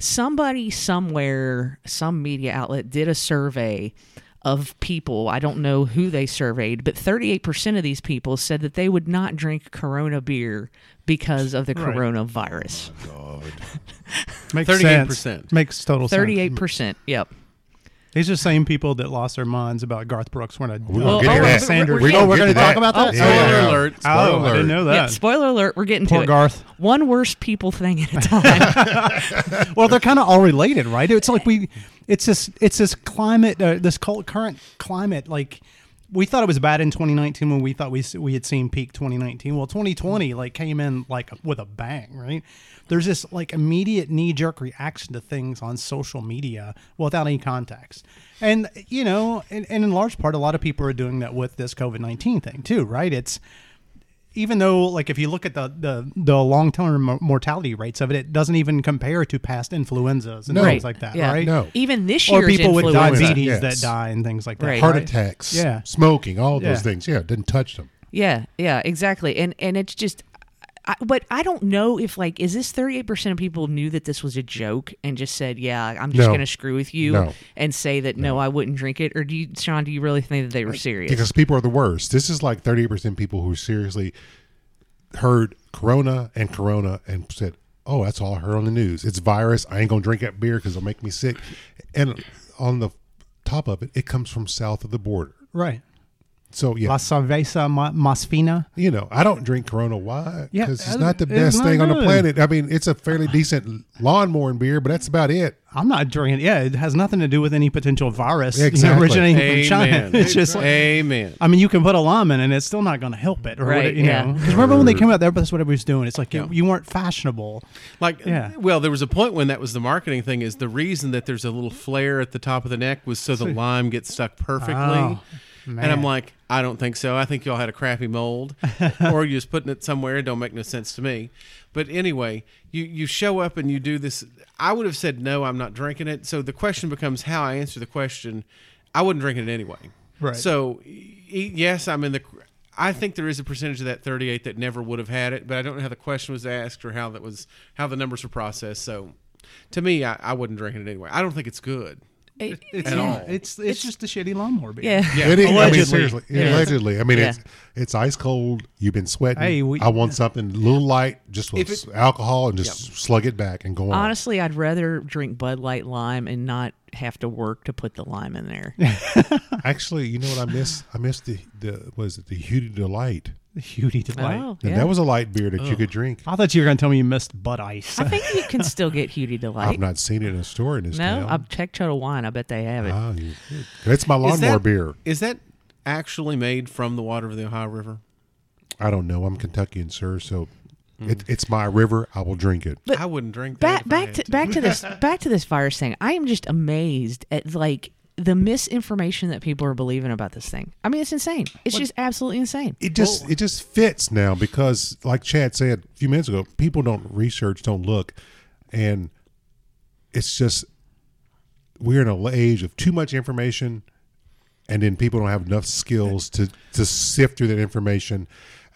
Somebody somewhere, some media outlet did a survey of people. I don't know who they surveyed, but 38% of these people said that they would not drink Corona beer because of the Right. coronavirus. Makes 38%. sense. Makes total sense. 38%. Yep. These are the same people that lost their minds about Garth Brooks wearing a We're gonna Well, get oh, to that. we're- we're- Sanders. we're oh, gonna we're get to going to talk that. about that. Yeah. Oh, Spoiler Yeah. alert! Oh, Spoiler I alert. didn't know Yeah, that. spoiler alert, we're getting to Poor it. Garth. One worst people thing at a time. Well, they're kind of all related, right? It's like we, it's this, it's this climate, uh, this cold, current climate. Like we thought it was bad in 2019 when we thought we s- we had seen peak 2019. Well, 2020 like came in like with a bang, right? There's this like immediate knee jerk reaction to things on social media without any context, and you know, and, and in large part, a lot of people are doing that with this COVID 19 thing too, right? It's even though like if you look at the the, the long term mo- mortality rates of it, it doesn't even compare to past influenzas and No. things like that, Yeah. right? No. Even this Or year's people with e- influenza. diabetes Yes. that die and things like that. Right. Heart Right. attacks, Yeah. smoking, all those Yeah. things. Yeah, it didn't touch them. Yeah, yeah, exactly. And and it's just I, but I don't know if like is this 38% of people knew that this was a joke and just said, "Yeah, I'm just No. going to screw with you No. and say that no. I wouldn't drink it." Or do you Sean, do you really think that they were serious? Because people are the worst. This is like 38% people who seriously heard Corona and Corona and said, oh, that's all I heard on the news. It's virus. I ain't going to drink that beer because it'll make me sick. And on the top of it, it comes from south of the border. Right. So, yeah. La cerveza ma- masfina. you know, I don't drink Corona. Why? Yeah, Because it's it's- not the it's best not thing on the good. planet. I mean, it's a fairly decent lawnmower and beer, but that's about it. I'm not drinking. Yeah, it has nothing to do with any potential virus you know, Exactly. originating from China. Amen. It's just like, Amen. I mean, you can put a lime in, and it's still not going to help it, or Right, what it- you yeah. know. Because remember when they came out there, that's what everybody was doing. It's like you, you weren't fashionable. Like, Yeah. well, there was a point when that was the marketing thing. Is the reason that there's a little flare at the top of the neck was so the lime gets stuck perfectly. Oh, And man. I'm like, I don't think so. I think y'all had a crappy mold, or you're just putting it somewhere. It don't make no sense to me. But anyway, you you show up and you do this. I would have said no, I'm not drinking it. So the question becomes how I answer the question. I wouldn't drink it anyway. Right. So e- yes, I'm in the. I think there is a percentage of that 38 that never would have had it, but I don't know how the question was asked or how that was how the numbers were processed. So, to me, I, I wouldn't drink it anyway. I don't think it's good. It- It's, At yeah, all. It's, it's just a shitty lawnmower. beer. yeah. Yeah. It is, I mean, Allegedly. seriously, Yeah. allegedly. I mean, Yeah. it's it's ice cold. You've been sweating. Hey, we- I want something a little light, just with If it- alcohol, and just slug it back and go on. Honestly, I'd rather drink Bud Light Lime and not have to work to put the lime in there. Actually, you know what I miss? I miss the the was it the Hootie delight. The Hootie delight. Oh, Now, yeah. That was a light beer that you could drink. I thought you were going to tell me you missed Bud Ice. I think you can still get Hootie Delight. I've not seen it in a store in this no, town. I've checked Total Wine. I bet they have it. Ah, you- that's my Is lawnmower that- beer. Is that actually made from the water of the Ohio River? I don't know. I'm Kentuckian, sir, so it, it's my river. I will drink it. But I wouldn't drink that. back if back I had to back to this back to this virus thing. I am just amazed at like the misinformation that people are believing about this thing. I mean, it's insane. It's just absolutely insane. It just it just fits now because, like Chad said a few minutes ago, people don't research, don't look, and it's just we're in an age of too much information, and then people don't have enough skills to to sift through that information.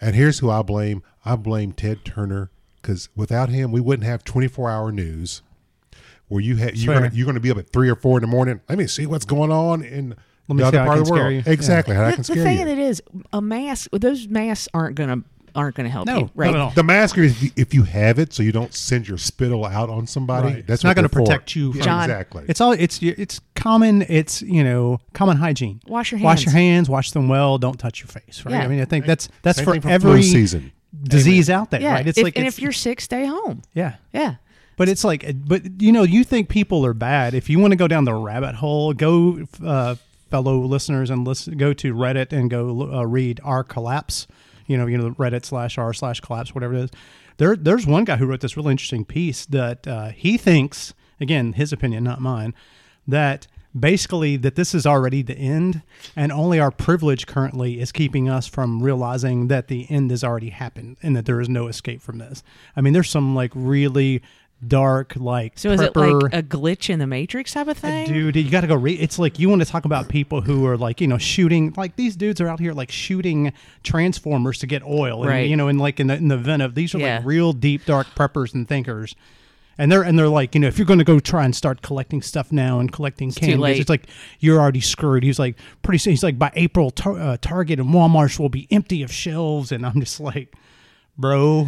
And here's who I blame: I blame Ted Turner because without him, we wouldn't have 24 hour news where you ha- you're Fair. gonna, you're going to be up at three or four in the morning. Let me see what's going on in Let the me see other how I part of can the scare world. you. Yeah. Exactly, how I can the, the scare thing you. that is a mask those masks aren't gonna aren't gonna help No, you right not at all. The mask is if you- if you have it, so you don't send your spittle out on somebody. Right. That's It's not going to gonna protect you Yeah, John, exactly. It's all it's it's common. It's you know common hygiene. Wash your Wash your hands. hands. Wash them well. Don't touch your face. Right. Yeah. I mean, I think that's that's Same for thing for flu every season. disease out there. yeah Right. It's if, like and it's- if you're sick stay home yeah. yeah But it's like, but you know, you think people are bad. If you want to go down the rabbit hole, go, uh, fellow listeners, and listen, go to Reddit and go uh, read our collapse. You know, you know, Reddit slash r slash collapse, whatever it is. There, there's one guy who wrote this really interesting piece that uh, he thinks, again, his opinion, not mine, that basically that this is already the end, and only our privilege currently is keeping us from realizing that the end has already happened and that there is no escape from this. I mean, there's some like really dark, like so is prepper- it like a glitch in the matrix type of thing Dude, you got to go read. It's like you want to talk about people who are like, you know, shooting. Like these dudes are out here like shooting transformers to get oil, and, Right. You know, and like in the in the event of these are Yeah. like real deep dark preppers and thinkers, and they're and they're like, you know, if you're going to go try and start collecting stuff now and collecting too cans, late. it's like you're already screwed. He's like, pretty soon, he's like, by April, tar- uh, Target and Walmart's will be empty of shelves, and I'm just like, bro,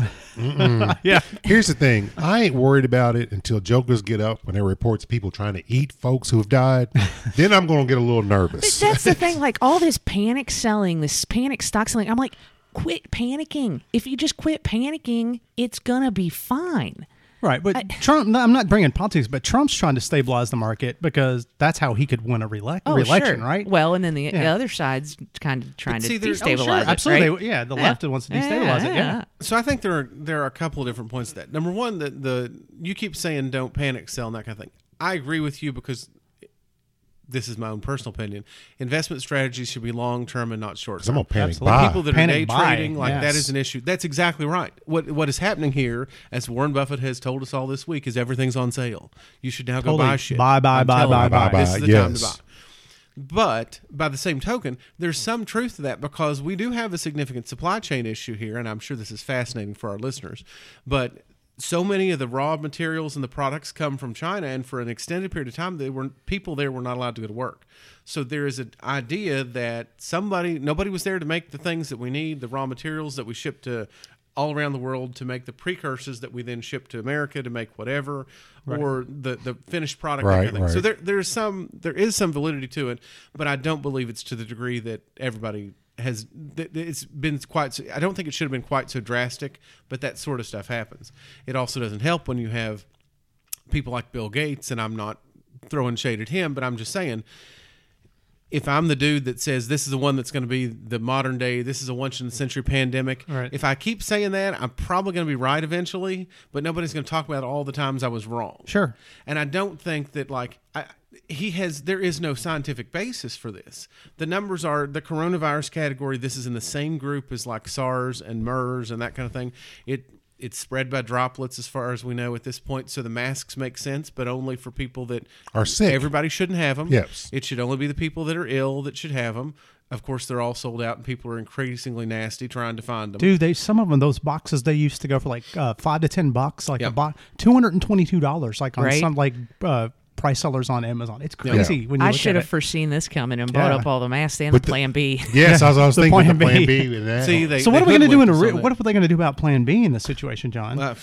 yeah, Here's the thing: I ain't worried about it until jokers get up when there are reports of people trying to eat folks who have died. then I'm going to get a little nervous. that's the thing like all this panic selling this panic stock selling i'm like quit panicking if you just quit panicking it's gonna be fine Right, but Trump. No, I'm not bringing politics, but Trump's trying to stabilize the market because that's how he could win a reelect- oh reelection, sure right? well and then the, the Yeah. other side's kind of trying to see, there's- oh, destabilize sure, it absolutely. right? They- yeah, the left wants to destabilize it, yeah. So I think there are there are a couple of different points to that. Number one, that the you keep saying don't panic sell and that kind of thing. I agree with you because this is my own personal opinion. Investment strategies should be long term and not short 'Cause I'm term. going to panic Absolutely. buy. People that Panic are day buy, trading like that yes. is an issue. That's exactly right. What what is happening here, as Warren Buffett has told us all this week, is everything's on sale. You should now go Totally. buy shit. Buy, buy, I'm buy, telling buy, you, buy, buy. This is the time to Yes. buy. But by the same token, there's some truth to that because we do have a significant supply chain issue here, and I'm sure this is fascinating for our listeners. But so many of the raw materials and the products come from China, and for an extended period of time, they were people there were not allowed to go to work. So there is an idea that somebody, nobody was there to make the things that we need, the raw materials that we ship to all around the world to make the precursors that we then ship to America to make whatever, or the the finished product. that kind of Right, thing. So right. there there there's some there is some validity to it, but I don't believe it's to the degree that everybody has. That that it's been quite. So, I don't think it should have been quite so drastic, but that sort of stuff happens. It also doesn't help when you have people like Bill Gates, and I'm not throwing shade at him, but I'm just saying if I'm the dude that says this is the one that's going to be the modern day, this is a once in a century pandemic, Right. if I keep saying that, I'm probably going to be right eventually, but nobody's going to talk about all the times I was wrong. Sure. And I don't think that, like, I, he has, there is no scientific basis for this. The numbers are the coronavirus category, this is in the same group as like SARS and MERS and that kind of thing. It, it's spread by droplets as far as we know at this point. So the masks make sense, but only for people that Are sick. Everybody shouldn't have them. Yes. It should only be the people that are ill that should have them. Of course, they're all sold out, and people are increasingly nasty trying to find them. Dude, they some of them those boxes they used to go for like uh, five to ten bucks, like Yeah. a box, two hundred and twenty-two dollars, like on Right. some like uh, price sellers on Amazon. It's crazy when you i look should at have it. foreseen this coming and bought Yeah. up all the masks and But the the- plan b yes, I was, I was The thinking plan the plan B. B. with that. See, they, So what they are we going to do in a hoodwinked us re- on what that. are they going to do about Plan B in this situation, John? Uh,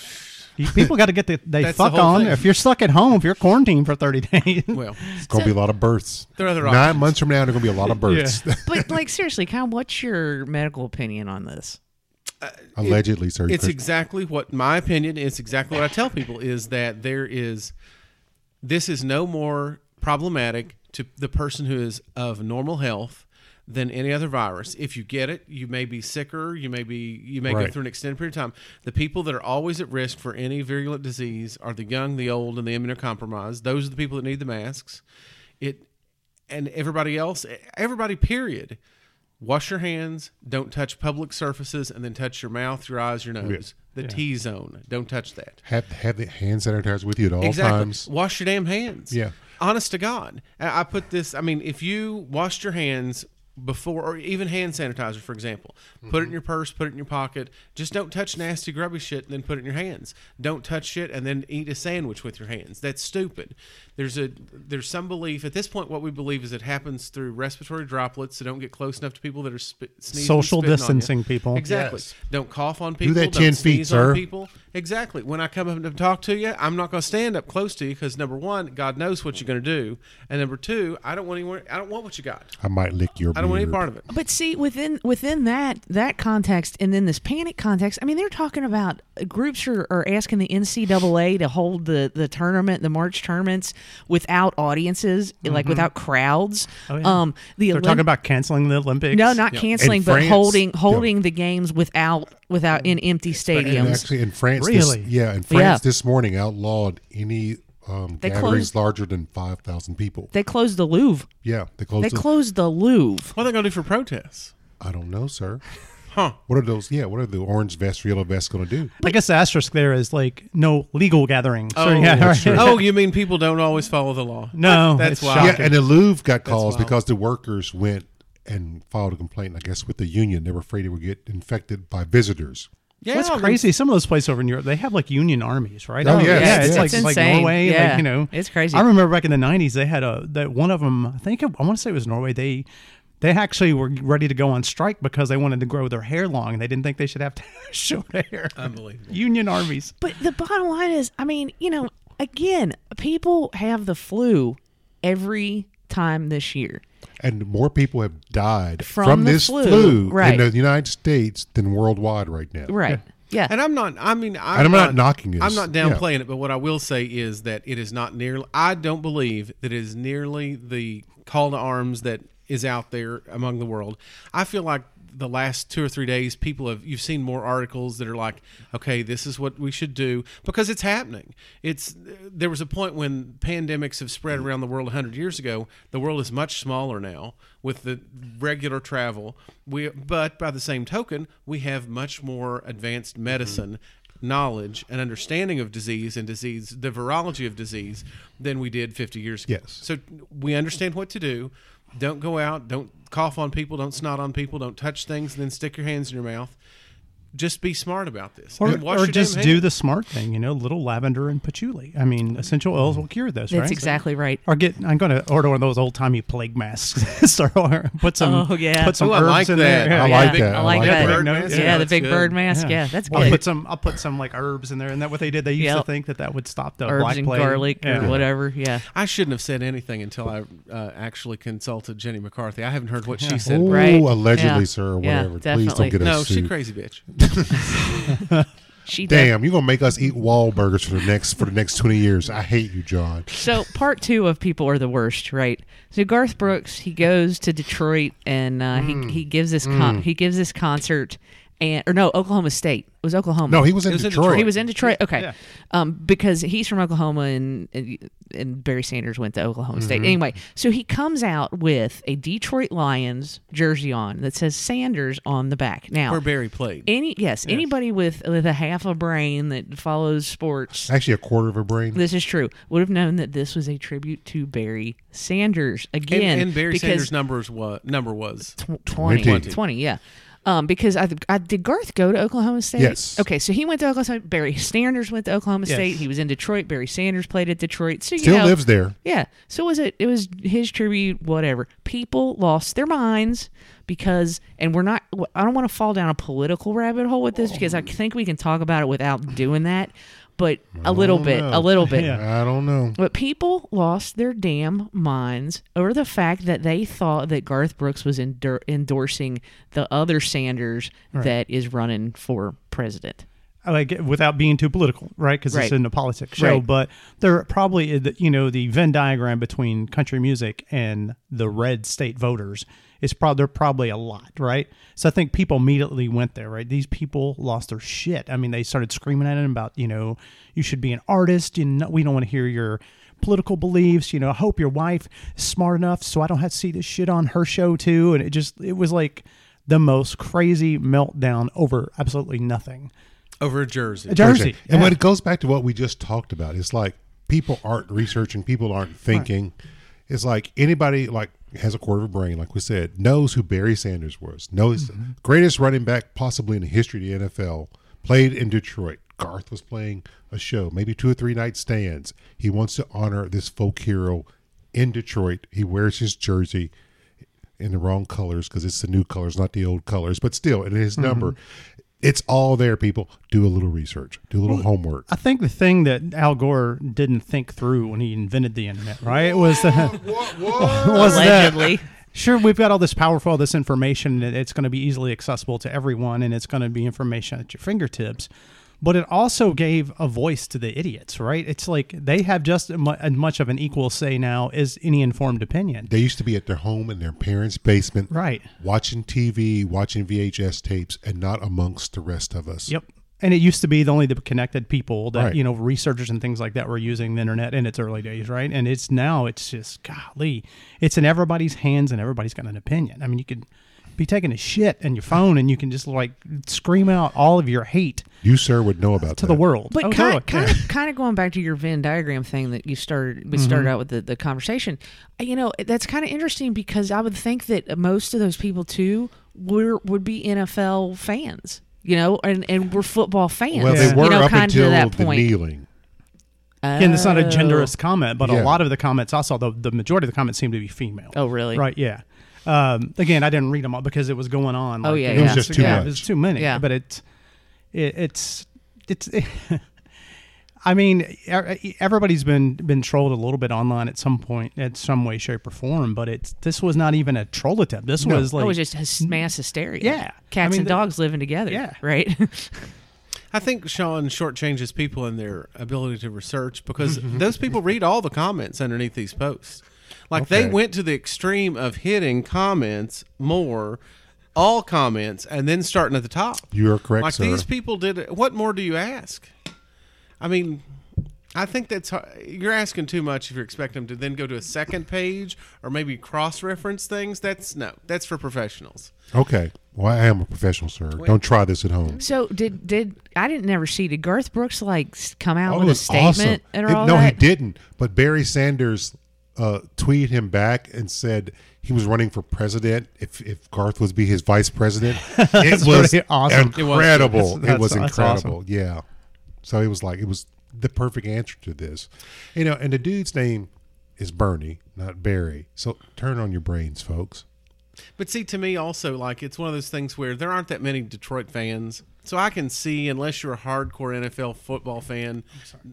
You- People got to get the they That's the fuck whole on. thing. If you're stuck at home, if you're quarantined for thirty days, well, it's going to be a lot of births. There are other Nine options. months from now, there are going to be a lot of births. but like seriously Con, what's your medical opinion on this Allegedly, sir. it's exactly what my opinion is. Exactly what I tell people is that there is this is no more problematic to the person who is of normal health than any other virus. If you get it, you may be sicker, you may be you may go Right. through an extended period of time. The people that are always at risk for any virulent disease are the young, the old, and the immunocompromised. Those are the people that need the masks. It and everybody else, everybody, period. Wash your hands, don't touch public surfaces, and then touch your mouth, your eyes, your nose. The T zone. Don't touch that. Have have the hand sanitizer with you at all exactly. times. Wash your damn hands. Yeah. Honest to God. I I put this, I mean, if you washed your hands before, or even hand sanitizer, for example, put it in your purse, put it in your pocket. Just don't touch nasty, grubby shit and then put it in your hands. Don't touch shit and then eat a sandwich with your hands. That's stupid. There's a there's some belief at this point. What we believe is it happens through respiratory droplets. So don't get close enough to people that are sp- sneezing, Social spitting on you. distancing, people. Exactly. Yes. Don't cough on people. that don't 10 feet, sneeze on sir. People. Exactly. When I come up and talk to you, I'm not going to stand up close to you because number one, God knows what you're going to do, and number two, I don't want anyone. I don't want what you got. I might lick your. I don't want any beard. part of it. But see, within within that that context, and then this panic context, I mean, they're talking about groups are, are asking the NCAA to hold the the tournament, the March tournaments, without audiences, like without crowds. Mm-hmm. Oh, yeah. Um, the They're Olymp- talking about canceling the Olympics. no, not Yeah. canceling, And but France- holding holding the games without without in empty And stadiums. actually, in France, this- Really? yeah, in France Yeah. this morning outlawed any um, They gatherings closed- larger than five thousand people. They closed the Louvre. yeah, they closed. They the- closed the Louvre. What are they going to do for protests? I don't know, sir. Huh? What are those? Yeah, what are the orange vest, yellow vest going to do? I guess the asterisk there is like no legal gatherings. So, yeah, right. oh, you mean people don't always follow the law? No, that's it's why. Yeah, and the Louvre got calls wild. because the workers went and filed a complaint. I guess with the union, they were afraid it would get infected by visitors. Yeah, What's I mean, crazy? Some of those places over in Europe, they have like union armies, right? Oh, yes, yeah, yes. it's like, It's like insane. Norway, Yeah. like you know, It's crazy. I remember back in the '90s, they had a that one of them. I think it, I want to say it was Norway. They they actually were ready to go on strike because they wanted to grow their hair long and they didn't think they should have to have short hair. Unbelievable. Union armies. But the bottom line is, I mean, you know, again, people have the flu every time this year. And more people have died From from, the this flu, flu, right. in the United States than worldwide right now. Right. Yeah. And I'm not. I mean, I'm And I'm not knocking it. I'm not Yeah. downplaying it, but what I will say is that it is not nearly. I don't believe that it is nearly the call to arms that is out there among the world. I feel like the last two or three days, people have you've seen more articles that are like, okay, this is what we should do because it's happening. It's there was a point when pandemics Mm-hmm. have spread around the world 100 years ago. The world is much smaller now with the regular travel. We but by the same token, we have much more advanced Mm-hmm. medicine knowledge and understanding of disease and disease, the virology of disease, than we did 50 years ago. Yes. So we understand what to do. Don't go out. Don't cough on people. Don't snot on people. Don't touch things. And then stick your hands in your mouth. Just be smart about this. Or, and wash or your damn just do hands. the smart thing, you know, little lavender and patchouli. I mean, essential oils will cure this, That's right? exactly right. Or get. I'm going to order one of those old timey plague masks. Start or put some. Oh, yeah. Put some Ooh, I herbs like in that. there. I Yeah. like yeah, that. I like like that. that. Yeah, Yeah, that's the good. big bird mask. Yeah, that's I'll good. put some. I'll put some like herbs in there, and that what they did. They used Yeah. to think that that would stop the Herbs black and plague. garlic Yeah. or whatever. Yeah. I shouldn't have said anything until I uh, actually consulted Jenny McCarthy. I haven't heard what she said. Ooh, Right. allegedly, Yeah. sir, or Yeah, whatever. Please definitely. don't get us No, she sued. crazy bitch. She did. Damn, you're gonna make us eat wall burgers for the next for the next twenty years. I hate you, John. So part two of people are the worst, right? So Garth Brooks he goes to Detroit and uh, Mm. he he gives this con- he gives this concert and or no Oklahoma State it was Oklahoma No, he was in, It was in Detroit. Detroit. He was in Detroit. Okay, Yeah. um, because he's from Oklahoma, and, and and Barry Sanders went to Oklahoma Mm-hmm. State. Anyway, so he comes out with a Detroit Lions jersey on that says Sanders on the back. Now, Where Barry played. any yes, anybody with with a half a brain that follows sports, Actually, a quarter of a brain. this is true, would have known that this was a tribute to Barry Sanders And, again. and Barry because Sanders' numbers was number was. tw- 20, 20. Twenty. yeah. Um, because I, I did Garth go to Oklahoma State? Yes. Okay, so he went to Oklahoma State. Barry Sanders went to Oklahoma Yes. State. He was in Detroit. Barry Sanders played at Detroit. So you Still know, lives there. Yeah. So was it? It was his tribute. Whatever. People lost their minds because, and we're not. I don't want to fall down a political rabbit hole with this Oh. because I think we can talk about it without doing that, but a little don't bit, a know. little bit. Yeah. I don't know. But people lost their damn minds over the fact that they thought that Garth Brooks was endor- endorsing the other Sanders that is running for president. I like it without being too political, right? Because Right. it's in a politics show, Right. but there probably is the- you know the Venn diagram between country music and the red state voters is probably they're probably a lot, right? So I think people immediately went there, right? These people lost their shit. I mean, they started screaming at him about you know you should be an artist. You know, we don't want to hear your political beliefs. You know, I hope your wife is smart enough so I don't have to see this shit on her show too. And it just it was like the most crazy meltdown over absolutely nothing. over Jersey. Jersey. And yeah. when it goes back to what we just talked about, it's like people aren't researching, people aren't thinking. It's like anybody like has a quarter of a brain, like we said, knows who Barry Sanders was, knows Mm-hmm. the greatest running back possibly in the history of the NFL, played in Detroit. Garth was playing a show, maybe two or three night stands. He wants to honor this folk hero in Detroit. He wears his jersey in the wrong colors because it's the new colors, not the old colors, but still, it Mm-hmm. is number. It's all there, people. Do a little research, do a little homework. I think the thing that Al Gore didn't think through when he invented the internet, right, it was was that- Allegedly. sure we've got all this powerful all this information and it's going to be easily accessible to everyone and it's going to be information at your fingertips but it also gave a voice to the idiots right it's like they have just mu- as much of an equal say now as any informed opinion They used to be at their home in their parents' basement, right watching TV, watching VHS tapes, and not amongst the rest of us. yep and it used to be the only the connected people that Right. you know researchers and things like that were using the internet in its early days right and it's now it's just golly it's in everybody's hands and everybody's got an opinion i mean you could be taking a shit in your phone and you can just like scream out all of your hate You, sir, would know about to that. the world. But Oh, kind, totally. kind, Yeah. of, kind of going back to your Venn diagram thing that you started, we Mm-hmm. started out with the, the conversation. Uh, You know, that's kind of interesting because I would think that most of those people too were would be NFL fans. You know, and and were football fans. Well, Yeah. they were you know, up kind of until to that the point. kneeling. Again, that's not a genderist comment, but Yeah. a lot of the comments I saw, the, the majority of the comments seem to be female. Oh, really? Right, yeah. Um, again, I didn't read them all because it was going on. Oh, like, yeah, you It know, was just too yeah, much. There's too many. Yeah. But it's, it, it's, it's, I mean, e- everybody's been been trolled a little bit online at some point, at some way, shape, or form. But it's this was not even a troll attempt. This was like it was just hys- mass hysteria. Yeah. Cats I mean, and the- dogs living together. Yeah. Right? I think Sean shortchanges people in their ability to research because Mhm. those people read all the comments underneath these posts. Like they Okay. went to the extreme of hitting comments more, all comments, and then starting at the top. You are correct, Like sir. these people did. it. What more do you ask? I mean, I think that's har- you're asking too much if you're expecting them to then go to a second page or maybe cross reference things. That's no, that's for professionals. Okay. Well, I am a professional, sir. Don't try this at home. so did did I didn't never see did Garth Brooks like s- come out Oh, it with a was awesome. statement and It- all no, he that? didn't. But Barry Sanders uh, tweeted him back and said he was running for president if, if Garth was be his vice president. It was pretty awesome. It was. incredible. That's- it was that's- that's incredible. Yeah. So it was like it was the perfect answer to this. You know, and the dude's name is Bernie, not Barry. So turn on your brains, folks. But see, to me, also, like, it's one of those things where there aren't that many Detroit fans. So I can see, unless you're a hardcore NFL football fan,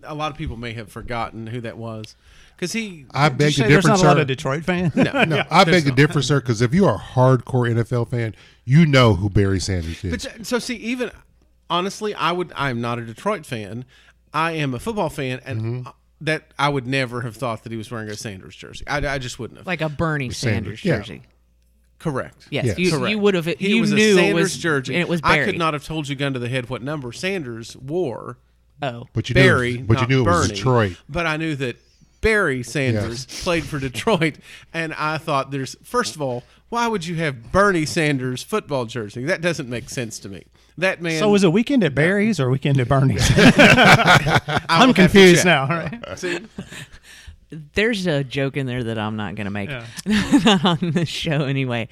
a lot of people may have forgotten who that was. Because he. I beg Say to there's differ, not a lot sir. of Detroit fans. No, I beg to differ, sir, because if you are a hardcore NFL fan, you know who Barry Sanders is. But so- so, see, even honestly, I would. I'm not a Detroit fan. I am a football fan, and uh, that I would never have thought that he was wearing a Sanders jersey. I, I just wouldn't have. Like a Bernie Sanders, Sanders, yeah. jersey. Correct. Yes, Yes. you, you Correct. would have. He you was knew a it Sanders was jersey, and it was I Barry. could not have told you gun to the head what number Sanders wore. Oh, But you Barry, knew, but you not knew it was Bernie. Detroit. But I knew that Barry Sanders played for Detroit, and I thought, "There's first of all, why would you have Bernie Sanders football jersey? That doesn't make sense to me. That man. So was it weekend at Barry's or weekend at Bernie's? I I'm will have to confused check. now. all right? See? there's a joke in there that I'm not gonna make. not on this show anyway.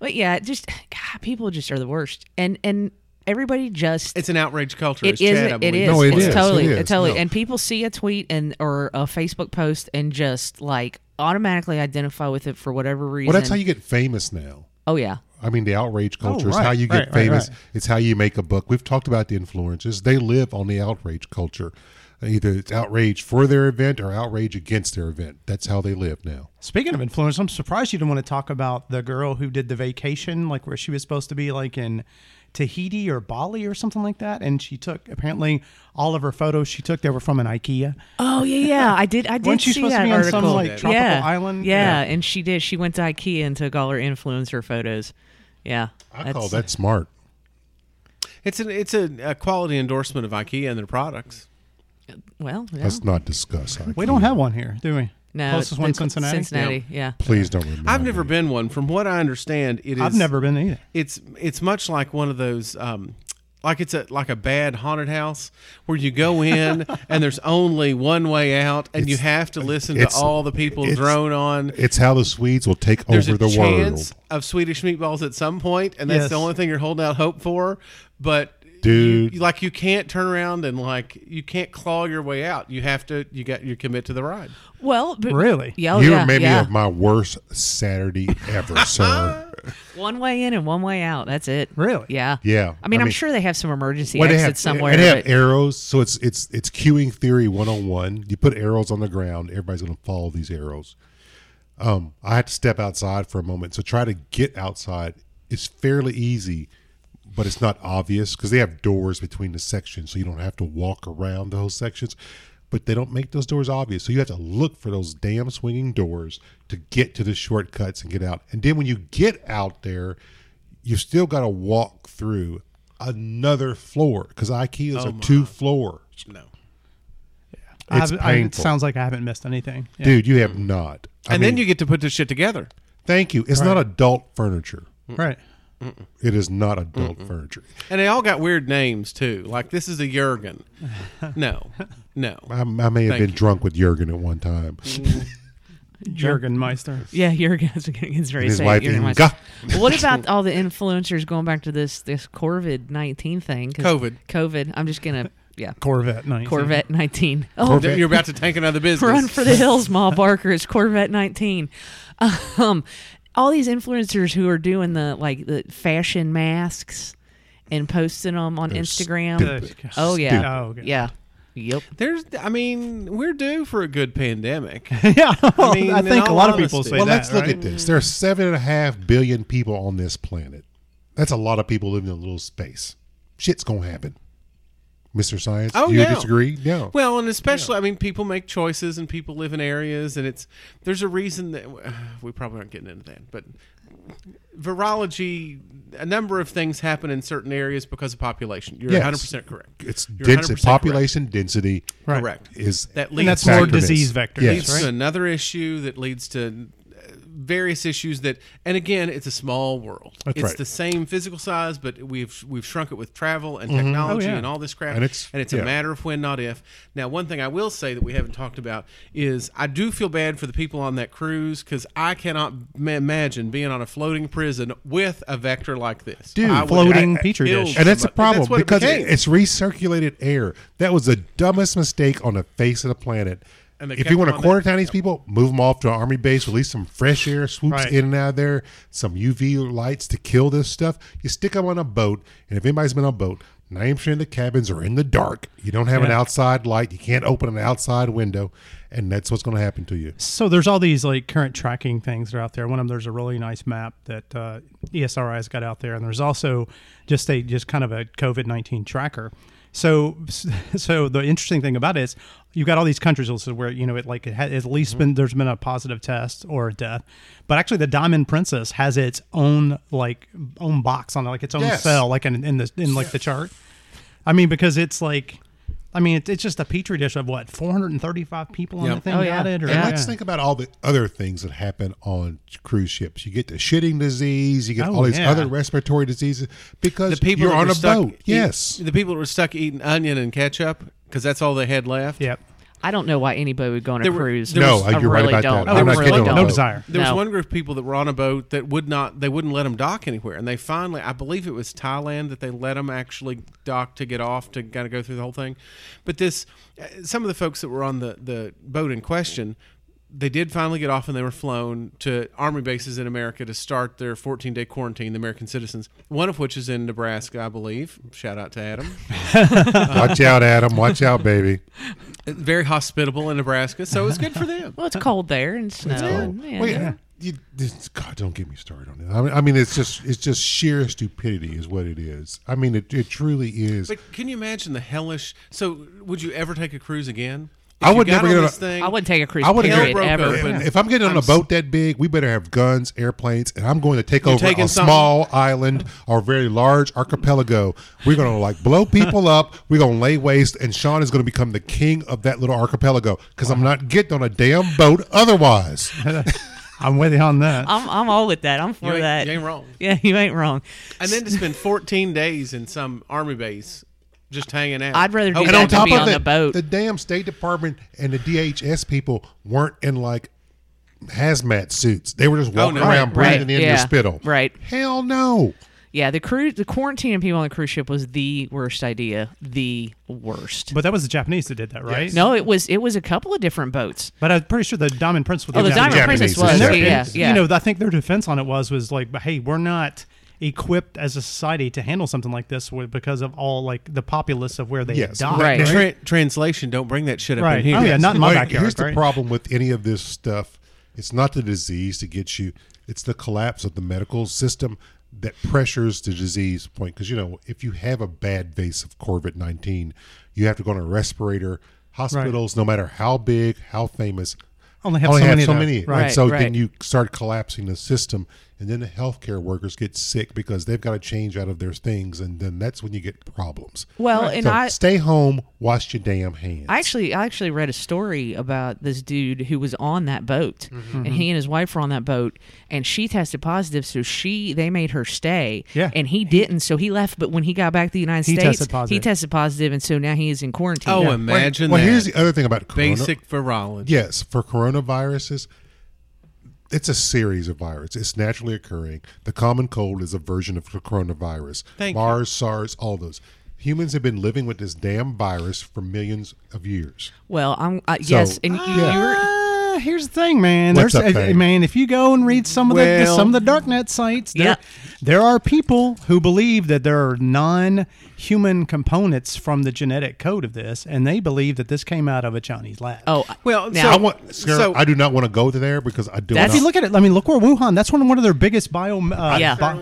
But yeah, it just God, people just are the worst, and and everybody just It's an outrage culture. It as is. Chad, I It believe, is. No, it it's is, totally. it is. It's totally. No. And people see a tweet and or a Facebook post and just like automatically identify with it for whatever reason. Well, that's how you get famous now. oh yeah. I mean, the Oh, outrage culture is right, how you get right, right, famous. right. It's how you make a buck. We've talked about the influencers; they live on the outrage culture. Either it's outrage for their event or outrage against their event. That's how they live now. Speaking of influence, I'm surprised you didn't want to talk about the girl who did the vacation, like where she was supposed to be, like in Tahiti or Bali or something like that. And she took apparently all of her photos she took they were from an IKEA. Oh yeah, yeah. I did. I did Weren't you see supposed to that be on some, article. like, tropical yeah. island? Yeah. Yeah. and she did. She went to IKEA and took all her influencer photos. Yeah, I that's- call that smart. It's an it's a, a quality endorsement of IKEA and their products. Well, yeah. Let's not discuss. We don't have one here, do we? no, Closest the one, cl- Cincinnati. Cincinnati, yeah. Please don't remember. I've never been one. From what I understand, it is. I've never been either. It's it's much like one of those. Um, like it's a like a bad haunted house where you go in and there's only one way out and you It's- have to listen to it's- all the people it's- drone on. It's how the Swedes will take There's over a the chance world. of Swedish meatballs at some point, and that's Yes. the only thing you're holding out hope for. But you- Dude. you- like you can't turn around and like you can't claw your way out. You have to you got you commit to the ride. Well, but, Really? Yeah, oh, you yeah, remind yeah. me of my worst Saturday ever, sir. one way in and one way out. That's it. Really? Yeah. Yeah. I mean, I I am mean- sure they have some emergency Well, exits somewhere. They have but- arrows, so it's it's it's queuing theory one on one. You put arrows on the ground, everybody's going to follow these arrows. Um, I had to step outside for a moment, so try to get outside. It's fairly easy, but it's not obvious because they have doors between the sections, so you don't have to walk around those sections. But they don't make those doors obvious, so you have to look for those damn swinging doors to get to the shortcuts and get out. And then when you get out there, you've still got to walk through another floor because IKEA's Oh are two floors. No. I It's haven't- I- it painful. sounds like I haven't missed anything. Yeah. Dude, you have not. I Mm. and mean, then you get to put this shit together. thank you. It's not adult furniture. Right. It is not adult furniture. And they all got weird names too. Like this is a Jurgen. No, no. I, I may have Thank been you. Mm-hmm. drunk with Jurgen at one time. Jurgen Meister. Yeah, your guys are getting his very his same. wife, your guys- Inga. What about all the influencers going back to this this COVID nineteen thing? 'Cause COVID. COVID. I'm just gonna yeah. Corvette 19. Corvette nineteen. Oh, Corvette. You're about to tank another business. run for the hills, Ma Barker. It's Corvette nineteen. Um, all these influencers who are doing the like the fashion masks and posting them on They're Instagram. stupid. Oh yeah. Oh, okay. Yeah. Yep. There's, I mean, we're due for a good pandemic. yeah. I, mean, in think a all lot of honesty- people say Well, that. let's look right? at this. There are seven and a half billion people on this planet. That's a lot of people living in a little space. Shit's going to happen. Mr. Science, Oh, do you yeah. disagree? No. Well, and especially, I mean, people make choices and people live in areas, and it's there's a reason that we probably aren't getting into that, but virology, a number of things happen in certain areas because of population. You're Yes. 100% correct. it's You're density, 100% population density Right. Correct. is That a leads And that's to more factor in this. disease vectors, Yes. leads right? to another issue that leads to uh, various issues that and again it's a small world it's right. the same physical size but we've we've shrunk it with travel and technology Oh, yeah. and all this crap Mm-hmm. And it's- a yeah. matter of when not if now one thing i will say that we haven't talked about is i do feel bad for the people on that cruise because i cannot ma- imagine being on a floating prison with a vector like this Dude, I would Floating have petri killed dish. And that's the somebody. problem That's what it because became. it's recirculated air. That was the dumbest mistake on the face of the planet. And they if kept you want them to on quarantine these people, move them off to an army base, release some fresh air, swoops Right. in and out of there, some UV lights to kill this stuff. You stick them on a boat, and if anybody's been on a boat, 90% of the cabins are in the dark. You don't have an Yeah. outside light. You can't open an outside window, and that's what's going to happen to you. So there's all these like current tracking things that are out there. One of them, there's a really nice map that uh, ESRI has got out there, and there's also just a just kind of a COVID nineteen tracker. So so the interesting thing about it is you've got all these countries also where you know it like it ha- at least been there's been a positive test or a death, but actually the Diamond Princess has its own like own box on it, like its own Yes. cell like in, in the in like the chart. I mean because it's like. I mean, it's it's just a petri dish of what 435 people on Yeah. the thing Oh, got yeah. it, or And Yeah. let's think about all the other things that happen on cruise ships. You get the shitting disease. You get Oh, all these yeah. other respiratory diseases because the people you're that on were a stuck boat. eat- yes. the people that were stuck eating onion and ketchup because that's all they had left. Yep. I don't know why anybody would go on a There were- cruise. there No, was- uh, I you're really right don't. about that. I I'm not really kidding on don't. a No boat. desire. There was No. one group of people that were on a boat that would not they wouldn't let them dock anywhere, and they finally I believe it was Thailand that they let them actually dock to get off to kind of go through the whole thing. But this, uh, some of the folks that were on the the boat in question. They did finally get off and they were flown to army bases in America to start their 14 day quarantine, the American citizens, one of which is in Nebraska, I believe. Shout out to Adam. uh, Watch out, Adam. Watch out, baby. Very hospitable in Nebraska, so it's good for them. Well, it's cold there and snow. Oh, and, yeah. wait, you, this, God, don't get me started on it. I mean, I mean, it's just it's just sheer stupidity is what it is. I mean, it, it truly is. But can you imagine the hellish? So, would you ever take a cruise again? I would you got never get on on this a- thing. I wouldn't take a cruise I wouldn't period get- ever. Broke open. If I'm getting on I'm a s- boat that big, we better have guns, airplanes, and I'm going to take over taking a something? small island or a very large archipelago. We're going to like blow people up. We're going to lay waste, and Sean is going to become the king of that little archipelago because I'm not getting on a damn boat otherwise. I'm with you on that. I'm I'm all with that. I'm for You ain't- that. you ain't wrong. Yeah, you ain't wrong. and then to spend 14 days in some army base just hanging out. I'd rather do Okay. And that on to top be of on that, the boat. the damn State Department and the DHS people weren't in like hazmat suits. They were just walking no. around Right, right, breathing in yeah, your spittle. right. Hell no. yeah, the cruise, the quarantining people on the cruise ship was the worst idea. The worst. but that was the Japanese that did that, right? no, it was it was a couple of different boats. But I'm pretty sure the Diamond Prince was Oh, the Diamond Japanese, Princess it's was. Yeah, Japanese. yeah, yeah. You know, I think their defense on it was was like, hey, we're not equipped as a society to handle something like this with- because of all like the populace of where they Yes. died. Right. Now, Tra- translation, don't bring that shit up Right. in here. Oh, yeah, not in my Wait, backyard. Here's right? the problem with any of this stuff: it's not the disease to get you; it's the collapse of the medical system that pressures the disease point. Because you know, if you have a bad case of COVID nineteen, you have to go on a respirator. Hospitals, no matter how big, how famous, Only have so many of so those. many. Right, and so right. then you start collapsing the system, and then the healthcare workers get sick because they've got to change out of their things, and then that's when you get problems. Well, and so I stay home, wash your damn hands. I actually I actually read a story about this dude who was on that boat and he and his wife were on that boat and she tested positive so she they made her stay Yeah. and he didn't so he left but when he got back to the United He States tested positive. he tested positive and so now he is in quarantine. Oh, Yeah. imagine well, that. here's the other thing about corona- basic virology. Yes, for coronaviruses, it's a series of viruses. It's naturally occurring. The common cold is a version of the coronavirus. Thank you. MERS, SARS, all those. Humans have been living with this damn virus for millions of years. Well, I'm uh, yes and you, yeah. you're Ah, here's the thing, man. What's There's, up, uh, Dave? man, if you go and read some of the Well- some of the darknet sites, there, Yeah. there are people who believe that there are non-human components from the genetic code of this, and they believe that this came out of a Chinese lab. oh Well, now I so- want. Sarah, so- I do not want to go to there because I do. That's- if you not, look at it, I mean, look where Wuhan. That's one of one of their biggest bio. Uh, Yeah. bi-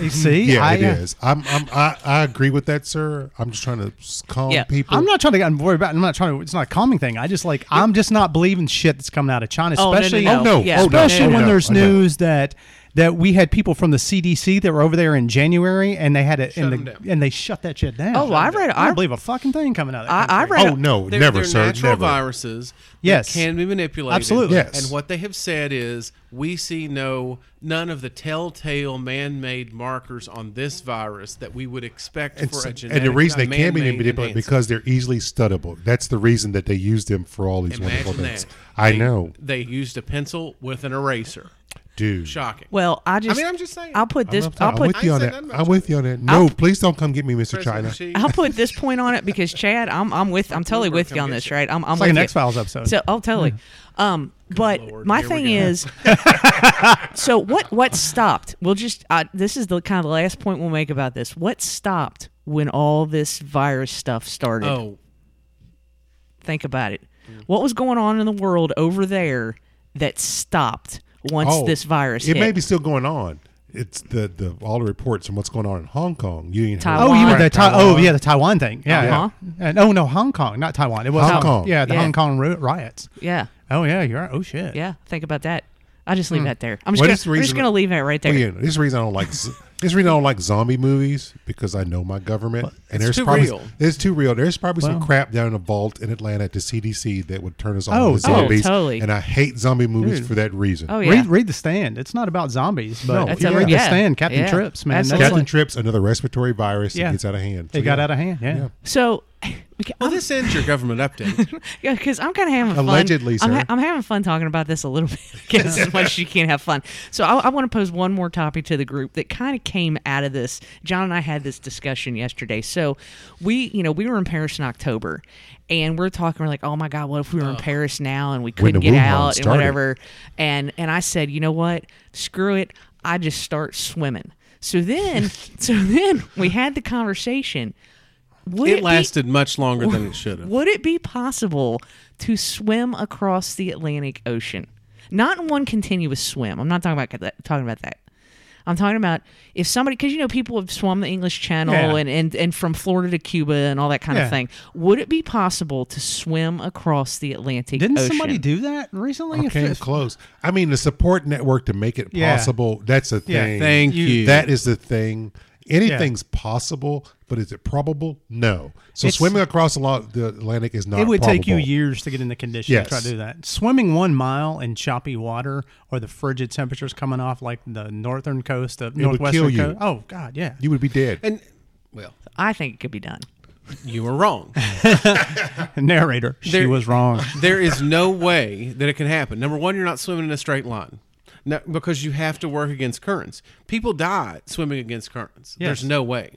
you see, yeah, I, it uh, is. I'm, I'm, I, I agree with that, sir. I'm just trying to s- calm Yeah. people. I'm not trying to get I'm worried about. I'm not trying to. It's not a calming thing. I just like. I'm just not believing shit that's coming out of China, Oh, no, no, especially no. Oh no! Yeah. Oh, no. especially Oh, when no. there's Oh, no. news that that we had people from the CDC that were over there in January and they had it in them the, down. and they shut that shit down. Oh, well, I read- I I- don't believe a fucking thing coming out of that. I, I country. read Oh no! They're, never, they're sir. natural never. viruses that Yes. can be manipulated. Absolutely. Yes. And what they have said is we see no none of the telltale man-made markers on this virus that we would expect And, for so- a and genetic the reason they can be man-made manipulated enhancement. because they're easily studdable. That's the reason that they use them for all these wonderful Imagine things. that. I They- know, They used a pencil with an eraser. dude. Shocking. well I just mean, I'm just saying. I'll put this I'm, I'll put with you on I ain't that. said nothing I'm with you on that. No, please don't come get me, Mister President China. Xi- I'll put this point on it because Chad, I'm I'm with I'm totally Bloomberg with you come on get this, you. right? I'm, I'm like with an you. X-Files episode. So oh totally. Um, but Lord, my here we thing go. is, so what what stopped? We'll just uh, this is the kind of last point we'll make about this. What stopped when all this virus stuff started? Oh, Think about it. What was going on in the world over there that stopped once Oh, this virus It hit? may be still going on. It's the, the all the reports on what's going on in Hong Kong. You ain't heard Taiwan. Oh, you mean the Right, Ta- oh Taiwan. yeah the Taiwan thing yeah, yeah. Uh-huh. And, oh no Hong Kong not Taiwan it was Hong Kong. yeah the Yeah. Hong Kong ri- riots yeah, oh yeah you're right. oh shit yeah. Think about that. I just leave that there. I'm just Hmm. What gonna, is the I'm just reason- gonna leave that right there. Well, yeah, this is the reason I don't like z- this is the reason I don't like zombie movies because I know my government and it's there's too probably real. it's too real. There's probably Well- some crap down in a vault in Atlanta at the CDC that would turn us on Oh, to oh, zombies. totally. And I hate zombie movies for that reason. Oh yeah. Read, read the stand. It's not about zombies, but No, if That's you a- read yeah, the stand, Captain yeah. Trips, man. That's Absolutely. Captain like, Trips, another respiratory virus Yeah. that gets out of hand. it So, got yeah. out of hand. Yeah. Yeah. So. well, this ends your government update. Yeah, because I'm kind of having fun. Allegedly, I'm, sir. ha- I'm having fun talking about this a little bit because as much as you can't have fun. So I, I want to pose one more topic to the group that kind of came out of this. John and I had this discussion yesterday. So we, you know, we were in Paris in October, and we're talking. We're like, oh my god, what if we were in Paris now and we When couldn't the get Wuhan out and started. whatever? And and I said, you know what? Screw it. I just start swimming. So then, so then we had the conversation. Would it be- lasted much longer than it should have. would it be possible to swim across the Atlantic Ocean? Not in one continuous swim. I'm not talking about that, talking about that. I'm talking about if somebody, because you know people have swum the English Channel Yeah. and, and and from Florida to Cuba and all that kind Yeah. of thing. Would it be possible to swim across the Atlantic? Didn't Ocean? somebody do that recently? I came close. I mean, the support network to make it Yeah. possible. That's a Yeah, thing. Thank you. You- That is the thing. Anything's possible, but is it probable? No. So It's- swimming across a lot the Atlantic is not. It would take you probable. years to get in the condition to try Yes. to do that. Swimming one mile in choppy water or the frigid temperatures coming off like the northern coast of would kill northwestern you. coast. Oh God, yeah. You would be dead. And well, I think it could be done. you were wrong. Narrator, she There- was wrong. there is no way that it can happen. Number one, you're not swimming in a straight line. No, because you have to work against currents. People die swimming against currents. There's Yes. no way.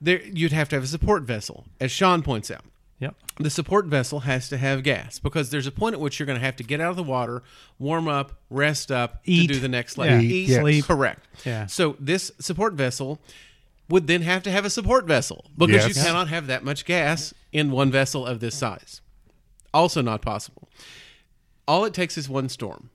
There, you'd have to have a support vessel, as Sean points out. Yep. The support vessel has to have gas because there's a point at which you're going to have to get out of the water, warm up, rest up Eat. to do the next Yeah. level. Eat, Eat, sleep. correct. Yeah. So this support vessel would then have to have a support vessel because Yes. you cannot have that much gas in one vessel of this size. Also not possible. All it takes is one storm.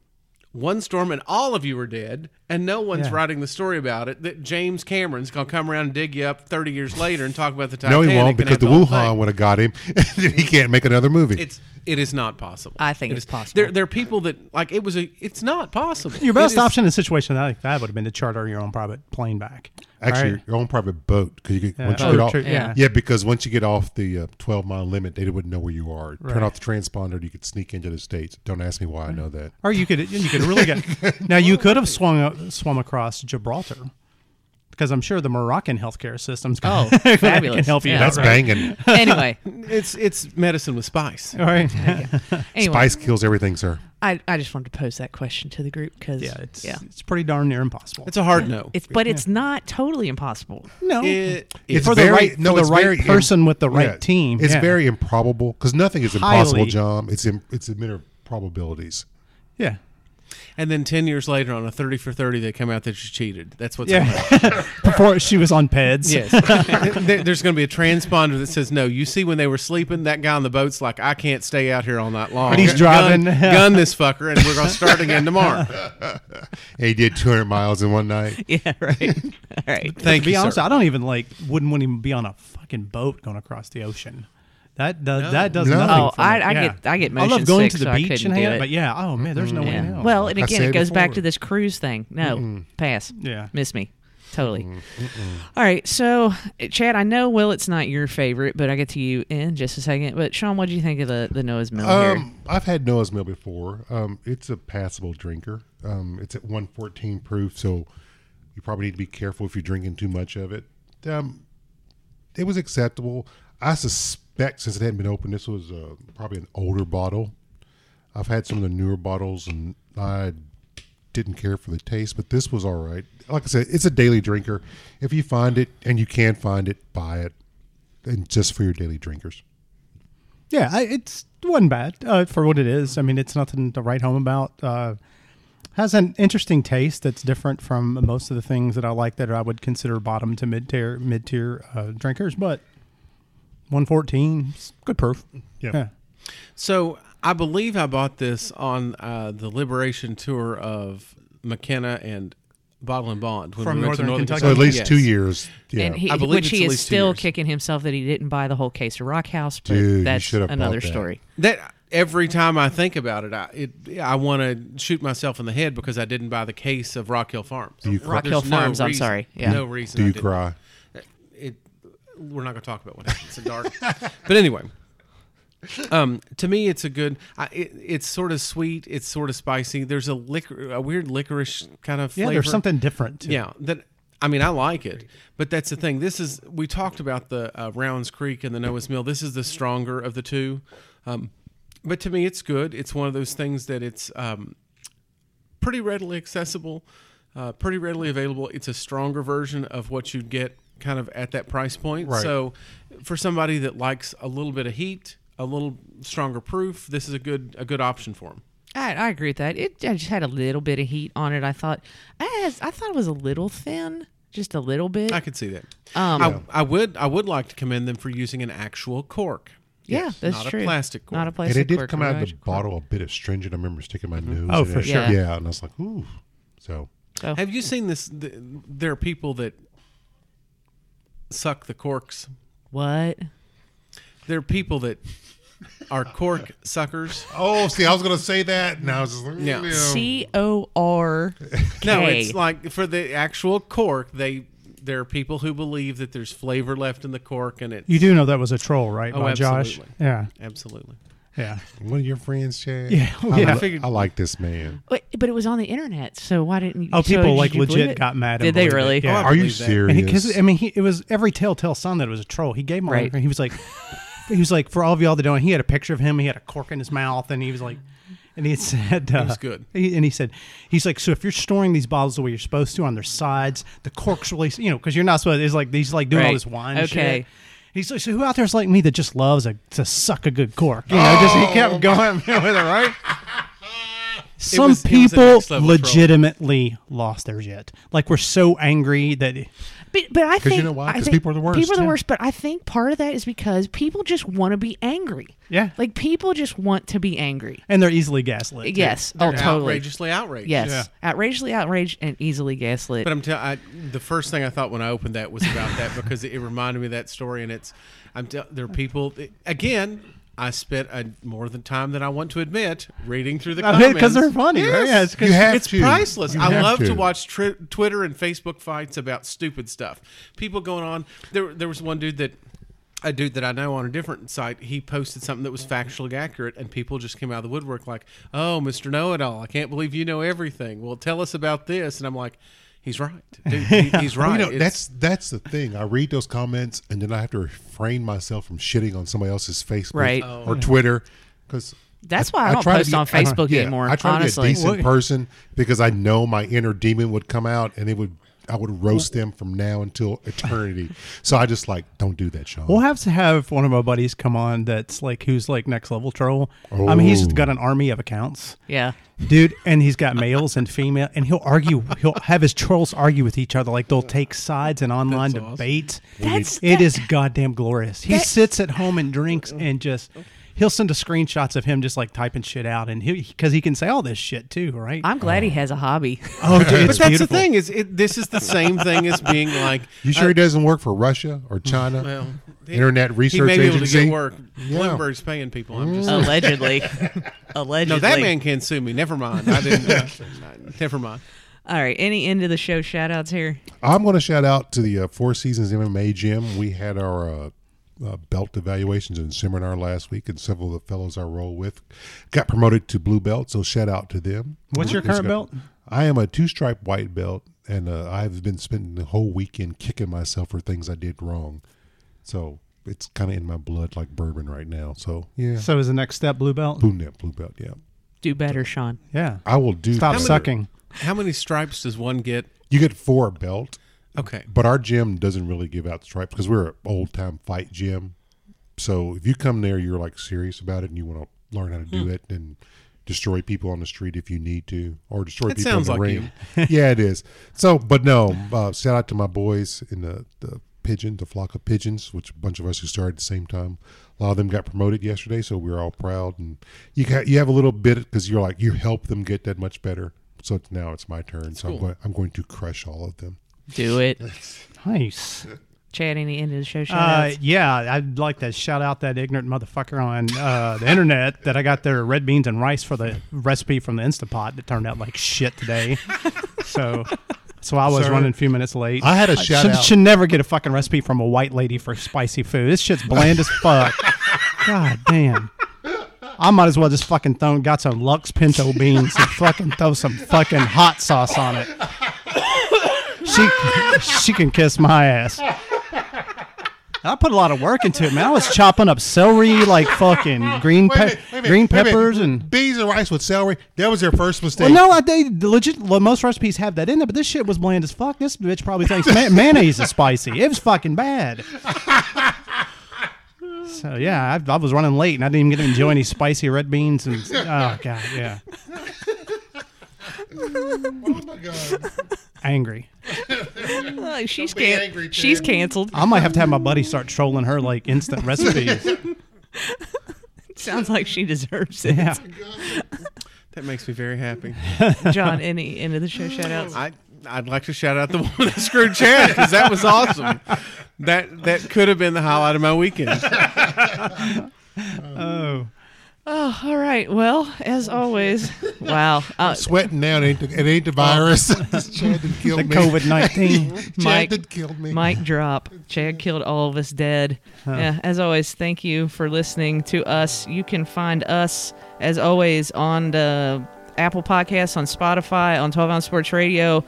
One storm and all of you are dead, and no one's Yeah. writing the story about it. That James Cameron's gonna come around and dig you up thirty years later and talk about the no, Titanic. he won't and because have the whole Wuhan thing. would have got him. he can't make another movie. It's it is not possible. I think It it's is- possible. There, there are people that like it was a. It's not possible. Your It best is- option in a situation like that would have been to charter your own private plane back. Actually, Right? your own private boat because you get Yeah. once you Oh, get off. true, yeah. Yeah. because once you get off the uh, twelve mile limit, they wouldn't know where you are. Turn off the transponder, you could sneak into the states. Don't ask me why I know that. Or you could you could really get now you could have swung up- swum across Gibraltar because I'm sure the Moroccan healthcare system's Oh, can fabulous. help you. Yeah. out, That's right? banging. Anyway, It's it's medicine with spice. All right. anyway, Spice kills everything, sir. I, I just wanted to pose that question to the group because yeah, it's it's pretty darn near impossible. It's a hard no. It's but it's not totally impossible. no. It- It's for the very- right, no, for the it's very- right person with the right Yeah. team. It's yeah. very improbable because nothing is impossible, Highly. John. It's Im- it's a matter of probabilities. yeah. and then ten years later, on a thirty for thirty, they come out that you cheated. That's what's happening. Yeah. Before she was on PEDS. Yes, There- there's going to be a transponder that says no. You see, when they were sleeping, that guy on the boat's like, "I can't stay out here all night long." And he's driving. Gun, gun this fucker, and we're going to start again tomorrow. And he did 200 miles in one night. Yeah, right. All right. Thank to be you, honest, sir. I don't even like wouldn't want to be on a fucking boat going across the ocean. That does No. that does No. nothing. Oh, for I- me. I Yeah. get- I get I love motion going sick, to the so I beach couldn't and do hang out, it. but yeah, oh man, there's no way Yeah. in hell. Well, and I again, said it goes back before. to this cruise thing. No, pass. Yeah. miss me, totally. All right, so eh, Chad, I know Will, it's not your favorite, but I get to you in just a second. But Sean, what do you think of the the Noah's Mill here? Um, I've had Noah's Mill before. Um, it's a passable drinker. Um, it's at 114 proof, so you probably need to be careful if you're drinking too much of it. Um, it was acceptable. I suspect since it hadn't been opened, this was uh, probably an older bottle. I've had some of the newer bottles, and I didn't care for the taste, but this was all right. Like I said, it's a daily drinker. If you find it, and you can find it, buy it, and just for your daily drinkers. Yeah, I, it's wasn't bad uh, for what it is. I mean, it's nothing to write home about. Uh, has an interesting taste that's different from most of the things that I like that I would consider bottom to mid tier mid tier uh, drinkers, but 114 's good proof. Yeah. So I believe I bought this on uh, the Liberation tour of McKenna and Bottle and Bond when From we went to Northern Northern Kentucky? So at least Yes. two years. Yeah. And he, I believe which he it's at is least two still years. kicking himself that he didn't buy the whole case of Rock House, but Dude, you that's should have bought another that. story. That every time I think about it, I it, I want to shoot myself in the head because I didn't buy the case of Rock Hill Farms. you cry? Rock Hill There's no Farms, I'm reason- sorry. Yeah. No reason. Do I you didn't. cry? It, we're not going to talk about what happened. It's a dark. but anyway. Um, to me, it's a good. I, it, it's sort of sweet. It's sort of spicy. There's a liquor, a weird licorice kind of Yeah, flavor. there's something different. To Yeah, that I mean, I like it, but that's the thing. This is we talked about the uh, Rounds Creek and the Noah's Mill. This is the stronger of the two, um, but to me, it's good. It's one of those things that it's um, pretty readily accessible, uh, pretty readily available. It's a stronger version of what you'd get kind of at that price point. Right. So, for somebody that likes a little bit of heat, a little stronger proof, this is a good a good option for them. I, I agree with that. It I just had a little bit of heat on it. I thought, I, I thought it was a little thin, just a little bit. Um, I could see that. I, I would I would like to commend them for using an actual cork. yeah, that's not a true. plastic cork. Not a And plastic. it did cork, come a out of the regular cork. bottle a bit astringent. I remember sticking my nose. Oh, in for it. sure. Yeah, and I was like, ooh. So So Have you seen this? th there are people that suck the corks. what? There are people that are cork suckers. Oh, see, I was going to say that, and I was just like, Yeah. you know. C O R. No, K. it's like for the actual cork, they there are people who believe that there's flavor left in the cork, and it You do know that was a troll, right? Oh, by Josh. absolutely. Yeah. absolutely. Yeah. One of your friends, Chad. Yeah. oh, I, Yeah. li- I figured- I like this man. Wait, but it was on the internet, so why didn't you? Oh, so people did like you believe legit it? got mad. and Did they believed it. really? Yeah. I Are you believe that. serious? Because I mean, he, it was every telltale sign that it was a troll. He gave him Right. right. He was like, he was like, for all of y'all that don't, he had a picture of him. He had a cork in his mouth, and he was like, and he said, uh, was good. he- and he said, he's like, so if you're storing these bottles the way you're supposed to on their sides, the corks release, you know, because you're not supposed. It's like he's like doing all Right. this wine. Okay. Shit. He's like, so who out there's like me that just loves a, to suck a good cork? You know, just he kept going with it, right? Some was- Oh. it was the people next level troll. legitimately lost their shit. Like we're so angry that But, but I think you know why? I 'Cause think people are the worst, People are the yeah. worst. But I think part of that is because people just want to be angry. Yeah. like people just want to be angry. and they're easily gaslit. too. Yes. Oh, totally. Outrageously outraged. Yes. Outrageously outraged and easily gaslit. But I'm tell- I, the first thing I thought when I opened that was about that because it, reminded me of that story, and it's I'm tell there are people again. I spent a, more than time than I want to admit reading through the I comments mean, 'cause they're funny, right? Yeah, it's 'cause- You have it's to. priceless. You I have love to, watch tri- Twitter and Facebook fights about stupid stuff. People going on. There, there was one dude that. A dude that I know on a different site, he posted something that was factually accurate, and people just came out of the woodwork like, "Oh, Mister Know It All, I can't believe you know everything." Well, tell us about this, and I'm like, "He's right, dude. He- he's Well, right." You know, that's It's- that's the thing. I read those comments, and then I have to refrain myself from shitting on somebody else's Facebook Right. Oh. or Twitter because. That's why I don't try to post on Facebook yeah, anymore, I try honestly. to be a decent person because I know my inner demon would come out, and it would I would roast them from now until eternity. so I just like don't do that, Sean. We'll have to have one of my buddies come on that's like who's like next level troll. I mean, he's Oh. got an army of accounts, yeah. dude, and he's got males and female, and he'll argue. He'll have his trolls argue with each other, like they'll take sides in online That's awesome. debate. That's- it that- is goddamn glorious. He That- sits at home and drinks and just. He'll send us screenshots of him just like typing shit out, and he because he can say all this shit too, right? I'm glad he has a hobby. oh, dude, but it's that's beautiful. the thing is, it, this is the same thing as being like, You sure it doesn't work for Russia or China? well, he- Internet he research may be able agency. to get work. Yeah. Mm. Bloomberg's paying people. I'm just Allegedly. Allegedly. no, that man can sue me. Never mind. I didn't. never mind. All right. Any end of the show shout outs here? I'm going to shout out to the uh, Four Seasons MMA gym. We had our uh, uh, belt evaluations and seminar last week, and several of the fellows I roll with got promoted to blue belt. So shout out to them. What's your current belt? I am a two stripe white belt, and uh, I've been spending the whole weekend kicking myself for things I did wrong. So it's kind of in my blood, like bourbon right now. So yeah, So is the next step blue belt? boom that blue belt. Yeah, Do better, Sean. Yeah. I will do. Stop better. sucking. How many stripes does one get? You get four a belt. Okay. But our gym doesn't really give out stripes because we're an old time fight gym. So if you come there, you're like serious about it and you want to learn how to Hmm. do it and destroy people on the street if you need to, or destroy That people sounds in the like ring. yeah, it is. So, but no, uh, shout out to my boys in the the pigeon, the flock of pigeons, which a bunch of us who started at the same time. A lot of them got promoted yesterday, so we are all proud. And you got, you have a little bit because you're like you help them get that much better. So it's- now it's my turn. So I'm, going, I'm going to crush all of them. Do it. Nice. Chad, any end of the show shout Uh, outs? yeah, I'd like to shout out that ignorant motherfucker on uh, the internet that I got their red beans and rice for the recipe from the Instapot that turned out like shit today. so, so I was Sir, running a few minutes late. I had a shout should, out. Should never get a fucking recipe from a white lady for spicy food. This shit's bland as fuck. God damn. I might as well just fucking throw got some Lux Pinto beans and fucking throw some fucking hot sauce on it. She she can kiss my ass. I put a lot of work into it, man. I was chopping up celery like fucking green Wait a minute, wait pe- a minute, green wait a minute. peppers and beans and rice with celery. That was their first mistake. well, no, I, they the legit. well, Most recipes have that in there, but this shit was bland as fuck. This bitch probably thinks ma- mayonnaise is spicy. It was fucking bad. so yeah, I, I was running late and I didn't even get to enjoy any spicy red beans and oh god, yeah, Oh my god! angry. Oh, she's be can- angry, Chad. she's canceled. I might have to have my buddy start trolling her like instant recipes. Sounds like she deserves it. Yeah, That makes me very happy. John, any end of the show shout outs? I I'd like to shout out the woman that screwed Chad because that was awesome. That that could have been the highlight of my weekend. Oh, Oh, all right. Well, as Oh, always, wow. Uh, Sweating now, it ain't the, it ain't the virus. Chad did kill the me. COVID nineteen. Mike- Chad did kill me. Mic drop. Chad killed all of us dead. Yeah, as always, thank you for listening to us. You can find us, as always, on the Apple Podcasts, on Spotify, on 12 Ounce Sports Radio,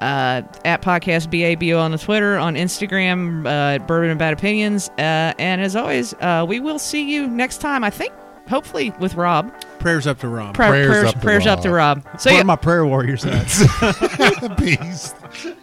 uh, at Podcast BABO on the Twitter, on Instagram, uh, at Bourbon and Bad Opinions. Uh, and as always, uh, we will see you next time, I think, hopefully, with Rob. Prayers up to Rob. Pra- Prayers prayers up to prayers up to Rob. So, Where yeah. are my prayer warriors at? the beast.